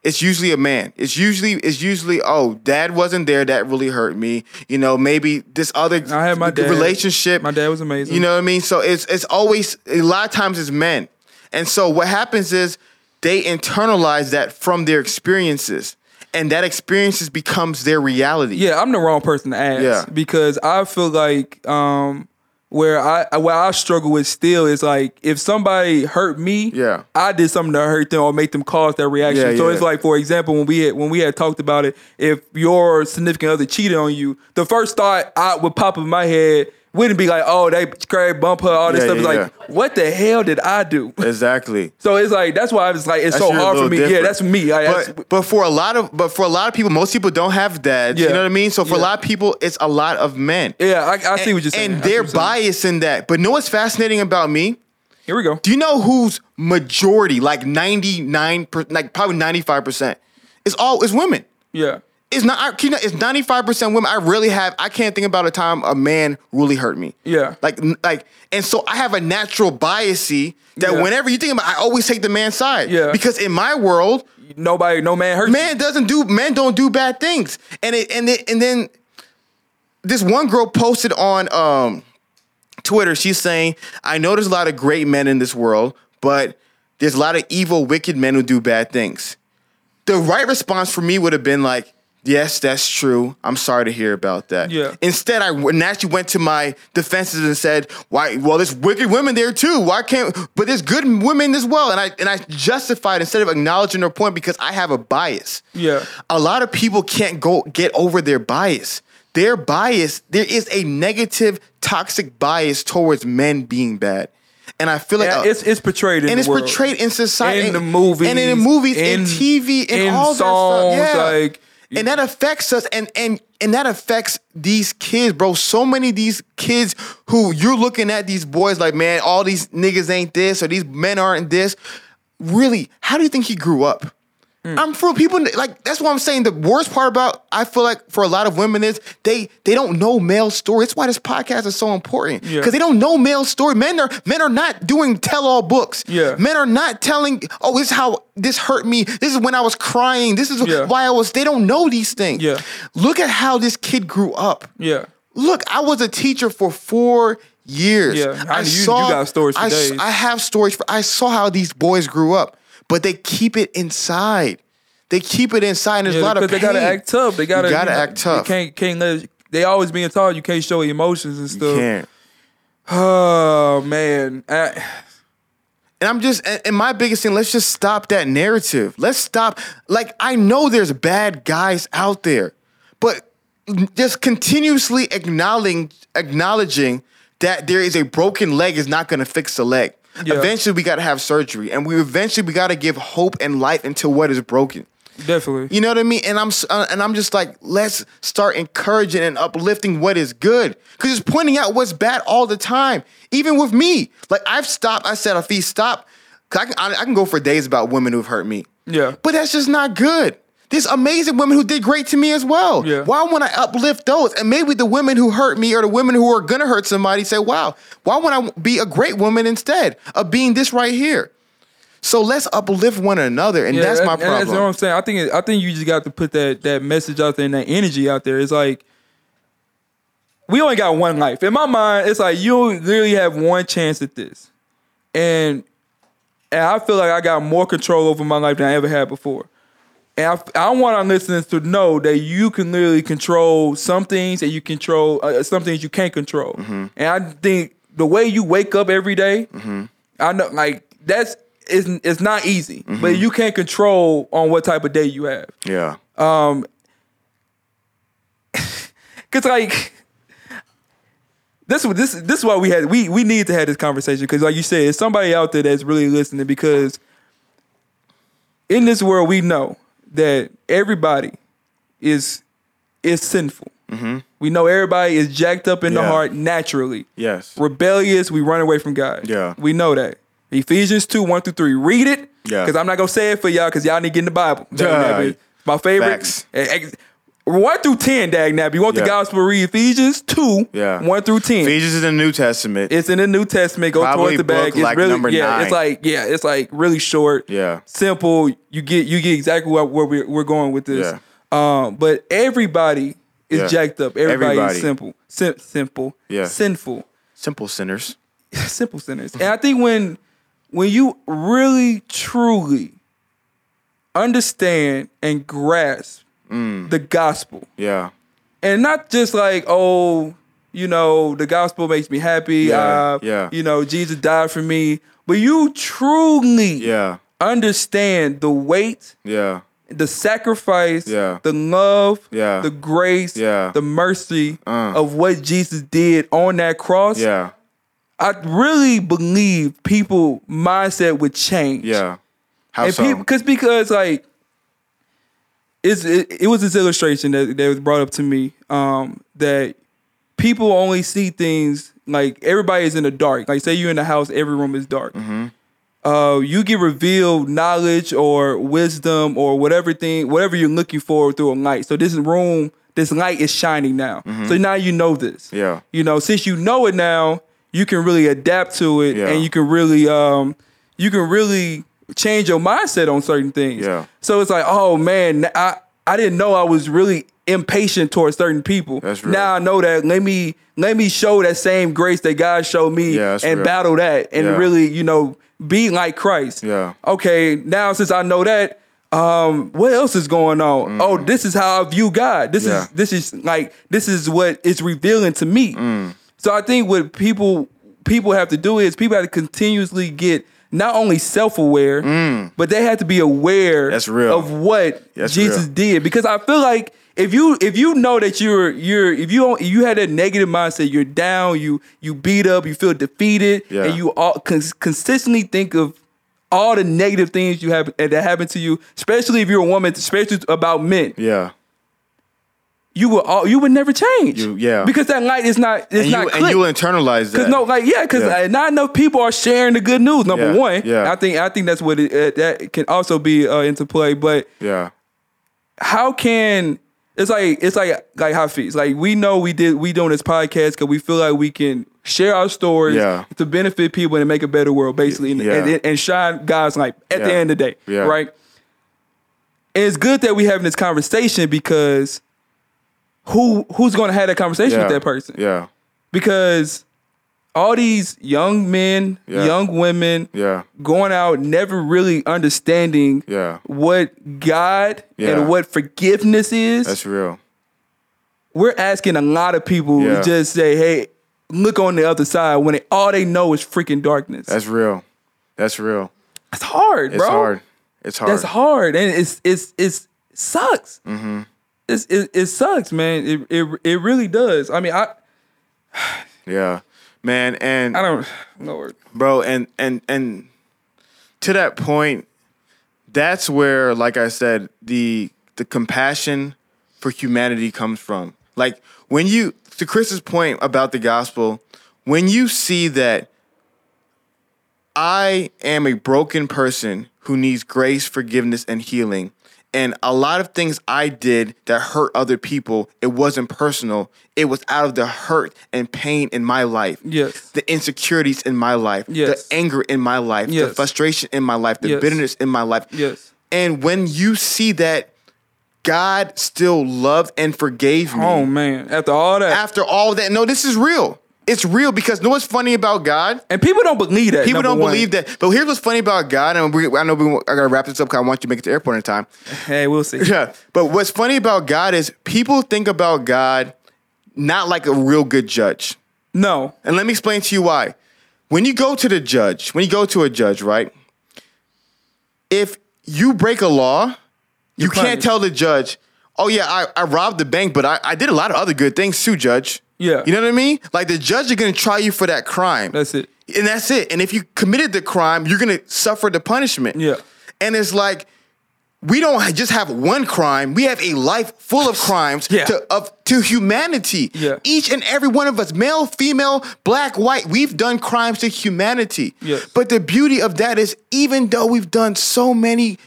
Speaker 2: It's usually a man. It's usually it's usually oh dad wasn't there that really hurt me. You know maybe this other
Speaker 1: I had my dad.
Speaker 2: relationship.
Speaker 1: My dad was amazing.
Speaker 2: You know what I mean? So it's it's always a lot of times it's men. And so what happens is they internalize that from their experiences. And that experiences becomes their reality.
Speaker 1: Yeah, I'm the wrong person to ask.
Speaker 2: Yeah.
Speaker 1: Because I feel like um where I where I struggle with still is like if somebody hurt me,
Speaker 2: Yeah.
Speaker 1: I did something to hurt them or make them cause that reaction.
Speaker 2: Yeah,
Speaker 1: so
Speaker 2: yeah.
Speaker 1: it's like for example when we had when we had talked about it, if your significant other cheated on you, the first thought I would pop in my head wouldn't be like, oh, they crazy bump her, all this
Speaker 2: Yeah,
Speaker 1: stuff.
Speaker 2: yeah,
Speaker 1: it's like, what the hell did I do?
Speaker 2: Exactly.
Speaker 1: So it's like that's why it's like it's
Speaker 2: That's
Speaker 1: so
Speaker 2: just a
Speaker 1: hard for
Speaker 2: little
Speaker 1: me. Yeah,
Speaker 2: different.
Speaker 1: that's me. Like, that's-
Speaker 2: but, but for a lot of but for a lot of people, most people don't have dads. You
Speaker 1: Yeah.
Speaker 2: know what I mean? So for a
Speaker 1: Yeah.
Speaker 2: lot of people, it's a lot of men.
Speaker 1: yeah, I, I see what you're saying.
Speaker 2: And
Speaker 1: I see
Speaker 2: they're
Speaker 1: what you're saying.
Speaker 2: biased in that. But know what's fascinating about me?
Speaker 1: Here we go.
Speaker 2: Do you know who's majority, like 99 per, like probably 95%? It's all it's women.
Speaker 1: Yeah.
Speaker 2: It's not I- you know, it's 95% women. I really have I can't think about a time a man really hurt me.
Speaker 1: Yeah.
Speaker 2: Like like and so I have a natural bias that
Speaker 1: Yeah.
Speaker 2: whenever you think about it, I always take the man's side.
Speaker 1: Yeah.
Speaker 2: Because in my world,
Speaker 1: Nobody, no man hurt. you.
Speaker 2: man doesn't do men don't do bad things and it and it, and then this one girl posted on um twitter she's saying i know there's a lot of great men in this world but there's a lot of evil wicked men who do bad things the right response for me would have been like yes that's true i'm sorry to hear about that
Speaker 1: Yeah.
Speaker 2: instead i w- naturally went to my defenses and said why well there's wicked women there too why can't but there's good women as well and i and i justified instead of acknowledging her point because i have a bias
Speaker 1: Yeah.
Speaker 2: a lot of people can't go get over their bias. Their bias, there is a negative, toxic bias towards men being bad, and I feel like
Speaker 1: Yeah,
Speaker 2: uh,
Speaker 1: it's it's portrayed in
Speaker 2: and
Speaker 1: the
Speaker 2: it's
Speaker 1: world.
Speaker 2: portrayed in society,
Speaker 1: In the movies,
Speaker 2: and in the movies, in,
Speaker 1: in-
Speaker 2: TV, and
Speaker 1: in
Speaker 2: all that
Speaker 1: songs,
Speaker 2: stuff. Yeah.
Speaker 1: like-
Speaker 2: and that affects us, and and and that affects these kids, bro. So many of these kids who you're looking at these boys like, man, all these niggas ain't this, or these men aren't this. Really, how do you think he grew up?
Speaker 1: Hmm.
Speaker 2: I'm for people like that's what I'm saying. The worst part about I feel like for a lot of women is they they don't know male story. That's why this podcast is so important because
Speaker 1: Yeah.
Speaker 2: they don't know male story. Men are men are not doing tell all books.
Speaker 1: Yeah.
Speaker 2: Men are not telling, oh, this is how this hurt me. This is when I was crying. This is
Speaker 1: Yeah.
Speaker 2: why I was. They don't know these things.
Speaker 1: Yeah.
Speaker 2: Look at how this kid grew up.
Speaker 1: Yeah.
Speaker 2: Look, I was a teacher for four years.
Speaker 1: Yeah, I know you- you got stories for
Speaker 2: I,
Speaker 1: days.
Speaker 2: I have stories for. I saw how these boys grew up, but they keep it inside. They keep it inside. And there's
Speaker 1: Yeah,
Speaker 2: a lot of
Speaker 1: because they
Speaker 2: pain.
Speaker 1: gotta act tough. They gotta,
Speaker 2: You gotta
Speaker 1: know,
Speaker 2: act tough.
Speaker 1: They can't can't let. They always being told you can't show your emotions and
Speaker 2: You
Speaker 1: stuff.
Speaker 2: can't.
Speaker 1: Oh man, I,
Speaker 2: And I'm just, and and my biggest thing, let's just stop that narrative. Let's stop. Like, I know there's bad guys out there, but just continuously acknowledging, acknowledging that there is a broken leg is not going to fix the leg.
Speaker 1: Yeah.
Speaker 2: Eventually, we got to have surgery, and we eventually we got to give hope and life into what is broken.
Speaker 1: definitely.
Speaker 2: You know what I mean? And I'm s- uh, and I'm just like, let's start encouraging and uplifting what is good, because it's pointing out what's bad all the time. Even with me, like I've stopped. I said, Afi, stop. 'Cause I can I, I can go for days about women who've hurt me.
Speaker 1: Yeah.
Speaker 2: but that's just not good. There's amazing women who did great to me as well.
Speaker 1: Yeah.
Speaker 2: Why why would I uplift those? And maybe the women who hurt me or the women who are gonna hurt somebody say, wow, why would I be a great woman instead of being this right here? So let's uplift one another. And
Speaker 1: Yeah,
Speaker 2: that's
Speaker 1: that-
Speaker 2: my
Speaker 1: and That's what
Speaker 2: problem.
Speaker 1: I'm saying. I think it, I think you just got to put that that message out there and that energy out there. It's like we only got one life. In my mind, it's like you literally have one chance at this, and and I feel like I got more control over my life than I ever had before. And I, I want our listeners to know that you can literally control some things and you control uh, some things you can't control.
Speaker 2: Mm-hmm.
Speaker 1: And I think the way you wake up every day, I know like that's it's, it's not easy, but you can't control on what type of day you have.
Speaker 2: Yeah.
Speaker 1: Cause like this is- this this is why we had we we need to have this conversation because like you said, it's somebody out there that's really listening because in this world we know that everybody is is sinful. We know everybody is jacked up in the
Speaker 2: Yeah.
Speaker 1: heart naturally.
Speaker 2: Yes.
Speaker 1: Rebellious, we run away from God.
Speaker 2: Yeah.
Speaker 1: We know that. Ephesians 2, 1 through 3. Read it.
Speaker 2: Yeah.
Speaker 1: Because I'm not going to say it for y'all because y'all need to get in the Bible.
Speaker 2: Yeah.
Speaker 1: It's My favorite.
Speaker 2: Facts.
Speaker 1: Eh, eh, 1 through 10, Dag Nab. You want
Speaker 2: Yeah.
Speaker 1: the gospel, read Ephesians 2,
Speaker 2: Yeah.
Speaker 1: 1 through 10.
Speaker 2: Ephesians is in the New Testament.
Speaker 1: It's in the New Testament. Go
Speaker 2: Probably
Speaker 1: towards the
Speaker 2: book
Speaker 1: back. It's
Speaker 2: like
Speaker 1: really
Speaker 2: number
Speaker 1: yeah.
Speaker 2: nine.
Speaker 1: It's like yeah. It's like really short.
Speaker 2: Yeah.
Speaker 1: Simple. You get you get exactly where, where we're, we're going with this.
Speaker 2: Yeah.
Speaker 1: Um, but everybody is
Speaker 2: Yeah.
Speaker 1: jacked up. Everybody,
Speaker 2: Everybody.
Speaker 1: is simple. Sim- simple.
Speaker 2: Yeah.
Speaker 1: Sinful.
Speaker 2: Simple sinners.
Speaker 1: simple sinners. And I think when when you really truly understand and grasp
Speaker 2: Mm.
Speaker 1: the gospel,
Speaker 2: Yeah.
Speaker 1: and not just like oh you know the gospel makes me happy
Speaker 2: Yeah,
Speaker 1: uh,
Speaker 2: yeah.
Speaker 1: you know jesus died for me but you truly
Speaker 2: Yeah.
Speaker 1: understand the weight
Speaker 2: Yeah.
Speaker 1: the sacrifice
Speaker 2: Yeah.
Speaker 1: the love
Speaker 2: Yeah.
Speaker 1: the grace
Speaker 2: Yeah.
Speaker 1: the mercy
Speaker 2: Uh.
Speaker 1: of what jesus did on that cross
Speaker 2: Yeah.
Speaker 1: i really believe people mindset would change
Speaker 2: Yeah. How
Speaker 1: and
Speaker 2: so?
Speaker 1: people, cause because like it's it, it was this illustration that, that was brought up to me um, that people only see things like everybody is in the dark. Like say you're in the house, every room is dark.
Speaker 2: Mm-hmm.
Speaker 1: Uh, you get revealed knowledge or wisdom or whatever thing, whatever you're looking for through a light. So this room, this light is shining now. So now you know this.
Speaker 2: Mm-hmm. Yeah.
Speaker 1: You know, since you know it now, you can really adapt to it
Speaker 2: Yeah.
Speaker 1: and you can really um you can really change your mindset on certain things.
Speaker 2: Yeah.
Speaker 1: So it's like, oh man, I I didn't know I was really impatient towards certain people.
Speaker 2: That's real.
Speaker 1: now I know that. Let me let me show that same grace that God showed me
Speaker 2: Yeah, that's
Speaker 1: and
Speaker 2: real.
Speaker 1: battle that and
Speaker 2: Yeah.
Speaker 1: really, you know, be like Christ.
Speaker 2: Yeah.
Speaker 1: Okay, now since I know that, um, what else is going on? Oh, this is how I view God. This
Speaker 2: Mm. Yeah.
Speaker 1: is this is like this is what it's revealing to me.
Speaker 2: Mm.
Speaker 1: So I think what people people have to do is people have to continuously get not only self aware, but they have to be aware
Speaker 2: Mm. That's real.
Speaker 1: of what
Speaker 2: That's
Speaker 1: Jesus
Speaker 2: real.
Speaker 1: did. Because I feel like if you if you know that you're you're if you don't, you had that negative mindset, you're down, you you beat up, you feel defeated,
Speaker 2: Yeah.
Speaker 1: and you all cons- consistently think of all the negative things you have eh, that happened to you, especially if you're a woman, especially about men
Speaker 2: yeah.
Speaker 1: you will all you would never change.
Speaker 2: You- yeah.
Speaker 1: Because that light is not it's
Speaker 2: And
Speaker 1: not
Speaker 2: you,
Speaker 1: clicked.
Speaker 2: and you internalize that.
Speaker 1: Cause no, like yeah, cause
Speaker 2: Yeah.
Speaker 1: uh, not enough people are sharing the good news. Number
Speaker 2: Yeah,
Speaker 1: one,
Speaker 2: yeah.
Speaker 1: I think I think that's what it, uh, that can also be uh, into play. But
Speaker 2: yeah.
Speaker 1: how can it's like it's like like Hafiz. Like we know we did we doing this podcast because we feel like we can share our stories
Speaker 2: Yeah.
Speaker 1: to benefit people and make a better world, basically, and,
Speaker 2: Yeah.
Speaker 1: and, and shine God's light at the
Speaker 2: Yeah.
Speaker 1: end of the day,
Speaker 2: Yeah.
Speaker 1: right? And it's good that we having this conversation because who who's going to have that conversation
Speaker 2: Yeah.
Speaker 1: with that person?
Speaker 2: Yeah.
Speaker 1: Because all these young men,
Speaker 2: Yeah.
Speaker 1: young women,
Speaker 2: Yeah.
Speaker 1: going out never really understanding
Speaker 2: Yeah.
Speaker 1: what God
Speaker 2: Yeah.
Speaker 1: and what forgiveness is,
Speaker 2: That's real.
Speaker 1: we're asking a lot of people
Speaker 2: Yeah.
Speaker 1: to just say, hey, look on the other side when it, all they know is freaking darkness. That's,
Speaker 2: That's real. That's real.
Speaker 1: hard,
Speaker 2: It's
Speaker 1: bro.
Speaker 2: hard. It's hard.
Speaker 1: That's hard. And it's it's it's sucks.
Speaker 2: Mm-hmm.
Speaker 1: It's, it, it sucks, man. It, it it really does. I mean, I
Speaker 2: Yeah. Man, and
Speaker 1: I don't Lord.
Speaker 2: bro and and and to that point that's where like i said the the compassion for humanity comes from like when you to chris's point about the gospel when you see that i am a broken person who needs grace forgiveness and healing and a lot of things i did that hurt other people it wasn't personal it was out of the hurt and pain in my life
Speaker 1: Yes.
Speaker 2: the insecurities in my life,
Speaker 1: Yes.
Speaker 2: the anger in my life, the
Speaker 1: Yes.
Speaker 2: frustration in my life, the
Speaker 1: Yes.
Speaker 2: bitterness in my life.
Speaker 1: Yes.
Speaker 2: And when you see that God still loved and forgave me
Speaker 1: Oh man. After all that.
Speaker 2: after all that, no, this is real. It's real because you know what's funny about God?
Speaker 1: and people don't believe that.
Speaker 2: People
Speaker 1: number
Speaker 2: don't
Speaker 1: one.
Speaker 2: believe that. But here's what's funny about God, and we, I know we, I gotta wrap this up because I want you to make it to the airport in time.
Speaker 1: Hey, we'll see.
Speaker 2: Yeah. But what's funny about God is people think about God not like a real good judge.
Speaker 1: No.
Speaker 2: And let me explain to you why. When you go to the judge, when you go to a judge, right? If you break a law, you can't
Speaker 1: punished.
Speaker 2: tell the judge, oh, yeah, I, I robbed the bank, but I, I did a lot of other good things too, judge.
Speaker 1: Yeah.
Speaker 2: You know what I mean? Like the judge is going to try you for that crime.
Speaker 1: That's it.
Speaker 2: And that's it. And if you committed the crime, you're going to suffer the punishment.
Speaker 1: Yeah.
Speaker 2: And it's like, we don't ha- just have one crime. We have a life full of crimes
Speaker 1: Yeah.
Speaker 2: to of to humanity.
Speaker 1: Yeah.
Speaker 2: Each and every one of us, male, female, black, white, we've done crimes to humanity.
Speaker 1: Yes.
Speaker 2: But the beauty of that is, even though we've done so many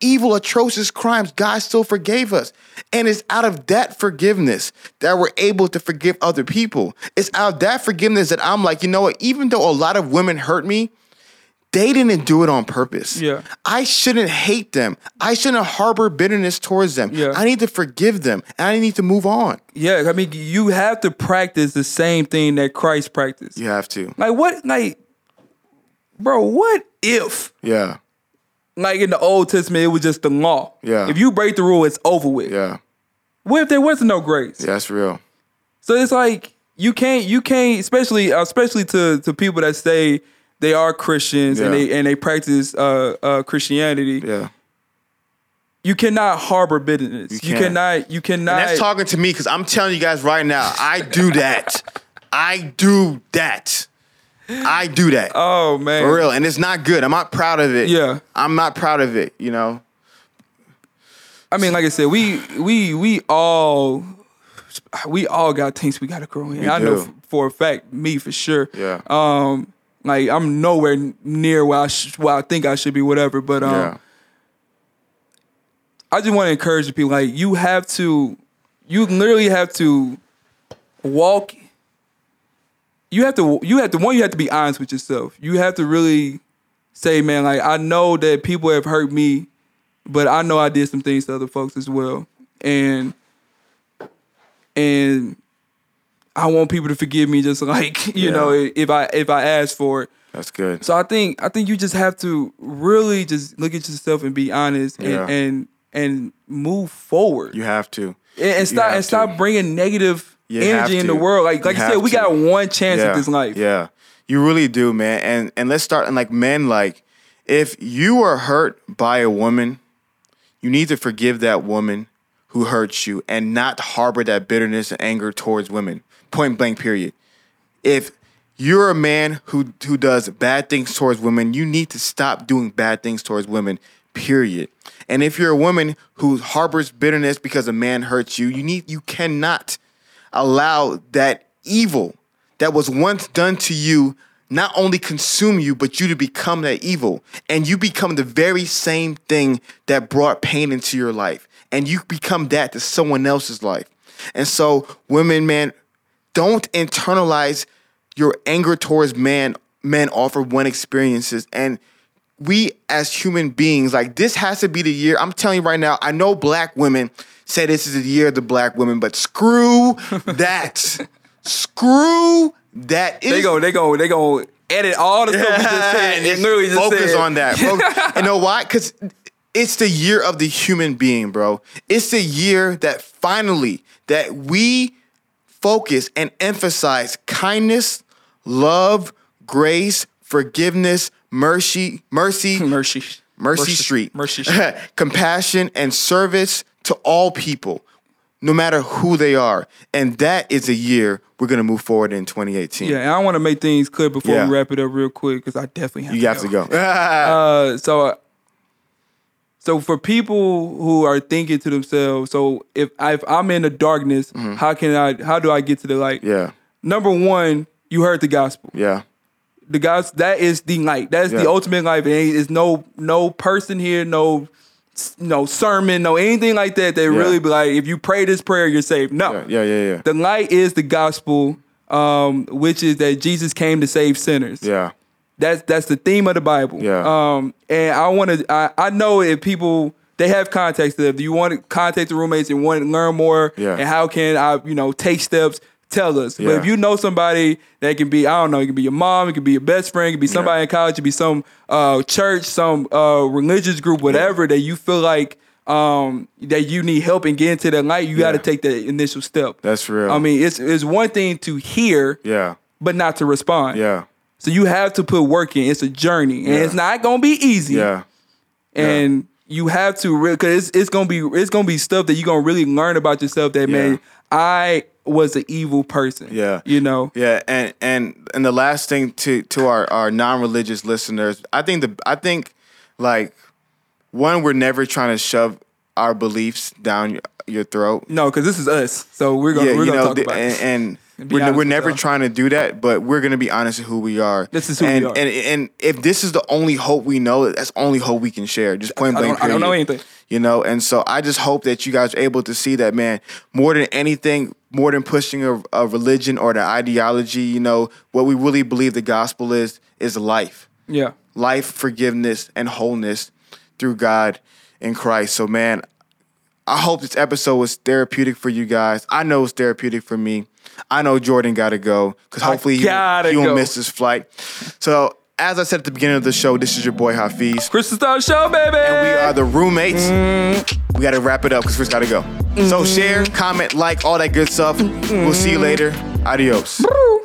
Speaker 2: evil, atrocious crimes, God still forgave us. And it's out of that forgiveness that we're able to forgive other people. It's out of that forgiveness that I'm like, you know what? Even though a lot of women hurt me, they didn't do it on purpose.
Speaker 1: Yeah.
Speaker 2: I shouldn't hate them. I shouldn't harbor bitterness towards them.
Speaker 1: Yeah.
Speaker 2: I need to forgive them and I need to move on.
Speaker 1: Yeah, I mean, you have to practice the same thing that Christ practiced.
Speaker 2: You have to.
Speaker 1: Like what, like, bro, what if,
Speaker 2: Yeah.
Speaker 1: like in the Old Testament, it was just the law?
Speaker 2: Yeah.
Speaker 1: If you break the rule, it's over with.
Speaker 2: Yeah.
Speaker 1: What if there was no grace?
Speaker 2: Yeah, that's real.
Speaker 1: So it's like you can't, you can't, especially, uh, especially to to people that say they are Christians and
Speaker 2: Yeah.
Speaker 1: they and they practice uh, uh, Christianity.
Speaker 2: Yeah.
Speaker 1: You cannot harbor bitterness. You,
Speaker 2: can't.
Speaker 1: cannot. You cannot.
Speaker 2: That's talking to me because I'm telling you guys right now, I do that. I do that. I do that.
Speaker 1: oh man,
Speaker 2: For real. And it's not good. I'm not proud of it.
Speaker 1: Yeah.
Speaker 2: I'm not proud of it, you know?
Speaker 1: I mean, like I said, we we we all we all got things we gotta grow in. I know
Speaker 2: do.
Speaker 1: f- for a fact, me for sure.
Speaker 2: Yeah.
Speaker 1: Um, like I'm nowhere n- near where I sh- where I think I should be, whatever. But um,
Speaker 2: yeah.
Speaker 1: I just want to encourage the people. Like you have to, you literally have to walk. You have to. You have to. One, you have to be honest with yourself. You have to really say, man, like I know that people have hurt me, but I know I did some things to other folks as well, and and I want people to forgive me, just like you
Speaker 2: Yeah.
Speaker 1: know, if I if I ask for it.
Speaker 2: That's good.
Speaker 1: So I think I think you just have to really just look at yourself and be honest and
Speaker 2: Yeah.
Speaker 1: and, and move forward
Speaker 2: you have to.
Speaker 1: and, and stop
Speaker 2: have
Speaker 1: and stop
Speaker 2: to.
Speaker 1: bringing negative
Speaker 2: You have
Speaker 1: energy in the
Speaker 2: to.
Speaker 1: world. Like like
Speaker 2: You
Speaker 1: you, said,
Speaker 2: have
Speaker 1: we
Speaker 2: to.
Speaker 1: got one chance
Speaker 2: yeah.
Speaker 1: at this life.
Speaker 2: Yeah. You really do, man. And and let's start and like men, like if you are hurt by a woman, you need to forgive that woman who hurts you and not harbor that bitterness and anger towards women. Point blank period. If you're a man who who does bad things towards women, you need to stop doing bad things towards women. Period. And if you're a woman who harbors bitterness because a man hurts you, you need you cannot allow that evil that was once done to you not only consume you, but you to become that evil. And you become the very same thing that brought pain into your life. And you become that to someone else's life. And so, women, man, don't internalize your anger towards man men offer one experiences and we as human beings like this has to be the year i'm telling you right now i know black women say this is the year of the black women but screw that screw that It
Speaker 1: They
Speaker 2: is-
Speaker 1: go they go they go edit all the stuff we just said and,
Speaker 2: and
Speaker 1: literally just
Speaker 2: focus
Speaker 1: said,
Speaker 2: on that. Focus. you know why? Because it's the year of the human being, bro. It's the year that finally that we focus and emphasize kindness, love, grace, forgiveness, mercy, mercy,
Speaker 1: Mercy.
Speaker 2: Mercy, Street,
Speaker 1: Mercy Street.
Speaker 2: compassion and service to all people, no matter who they are. And that is a year we're gonna move forward in 2018.
Speaker 1: Yeah, and I want to make things clear before
Speaker 2: Yeah.
Speaker 1: we wrap it up real quick because I definitely have
Speaker 2: You
Speaker 1: to
Speaker 2: have to go.
Speaker 1: Uh, so, uh, so for people who are thinking to themselves, so if I, if I'm in the darkness, how can I? How do I get to the light?
Speaker 2: Mm-hmm. yeah.
Speaker 1: Number one, you heard the gospel.
Speaker 2: Yeah.
Speaker 1: The guys that is the light. That is the
Speaker 2: Yeah.
Speaker 1: ultimate light. There is no no person here, no no sermon, no anything like that. That really be like, if you pray this prayer, you're saved. No.
Speaker 2: Yeah, yeah, yeah, yeah.
Speaker 1: The light is the gospel, um, which is that Jesus came to save sinners.
Speaker 2: yeah.
Speaker 1: That's that's the theme of the Bible.
Speaker 2: Yeah.
Speaker 1: Um, and I want to. I, I know if people they have context. If you want to contact the roommates and want to learn more,
Speaker 2: Yeah.
Speaker 1: and how can I, you know, take steps? Tell us. But
Speaker 2: Yeah.
Speaker 1: if you know somebody that can be, I don't know, it can be your mom, it can be your best friend, it can be somebody in college, it can be some uh, church, some uh, religious group, whatever that you feel like um, that you need help and get into that light, you got to
Speaker 2: Yeah.
Speaker 1: take that initial step.
Speaker 2: That's real.
Speaker 1: I mean, it's it's one thing to hear,
Speaker 2: Yeah.
Speaker 1: but not to respond.
Speaker 2: Yeah.
Speaker 1: So you have to put work in. It's a journey, and
Speaker 2: Yeah.
Speaker 1: it's not gonna be easy.
Speaker 2: Yeah.
Speaker 1: And you have to really, cause it's, it's gonna be it's gonna be stuff that you're gonna really learn about yourself. That
Speaker 2: Yeah.
Speaker 1: man, I was an evil person.
Speaker 2: Yeah.
Speaker 1: you know.
Speaker 2: Yeah, and and and the last thing to to our our non-religious listeners, I think the I think like one, we're never trying to shove our beliefs down your, your throat.
Speaker 1: No, because this is us. So we're gonna
Speaker 2: yeah,
Speaker 1: we're
Speaker 2: you
Speaker 1: gonna
Speaker 2: know,
Speaker 1: talk
Speaker 2: the-
Speaker 1: about it.
Speaker 2: and, and
Speaker 1: be
Speaker 2: we're,
Speaker 1: honest
Speaker 2: we're
Speaker 1: with
Speaker 2: never
Speaker 1: y'all.
Speaker 2: trying to do that, but we're gonna be honest with who we are.
Speaker 1: This is who we
Speaker 2: and,
Speaker 1: are.
Speaker 2: And, and if this is the only hope we know, that's the only hope we can share. Just plain
Speaker 1: I
Speaker 2: blank.
Speaker 1: don't- I don't know
Speaker 2: period.
Speaker 1: anything.
Speaker 2: You know, and so I just hope that you guys are able to see that, man. More than anything, more than pushing a, a religion or the ideology, you know, what we really believe the gospel is is life
Speaker 1: yeah.
Speaker 2: life, forgiveness, and wholeness through God in Christ. So, man, I hope this episode was therapeutic for you guys. I know it's therapeutic for me. I know Jordan got to go because hopefully he,
Speaker 1: gotta
Speaker 2: he won't
Speaker 1: go.
Speaker 2: miss his flight. So, as I said at the beginning of the show, this is your boy Hafiz.
Speaker 1: Crystal Star Show, baby.
Speaker 2: We are the roommates. We got to wrap it up because Chris got to go. So, share, comment, like, all that good stuff. We'll see you later. Adios.
Speaker 1: Woo.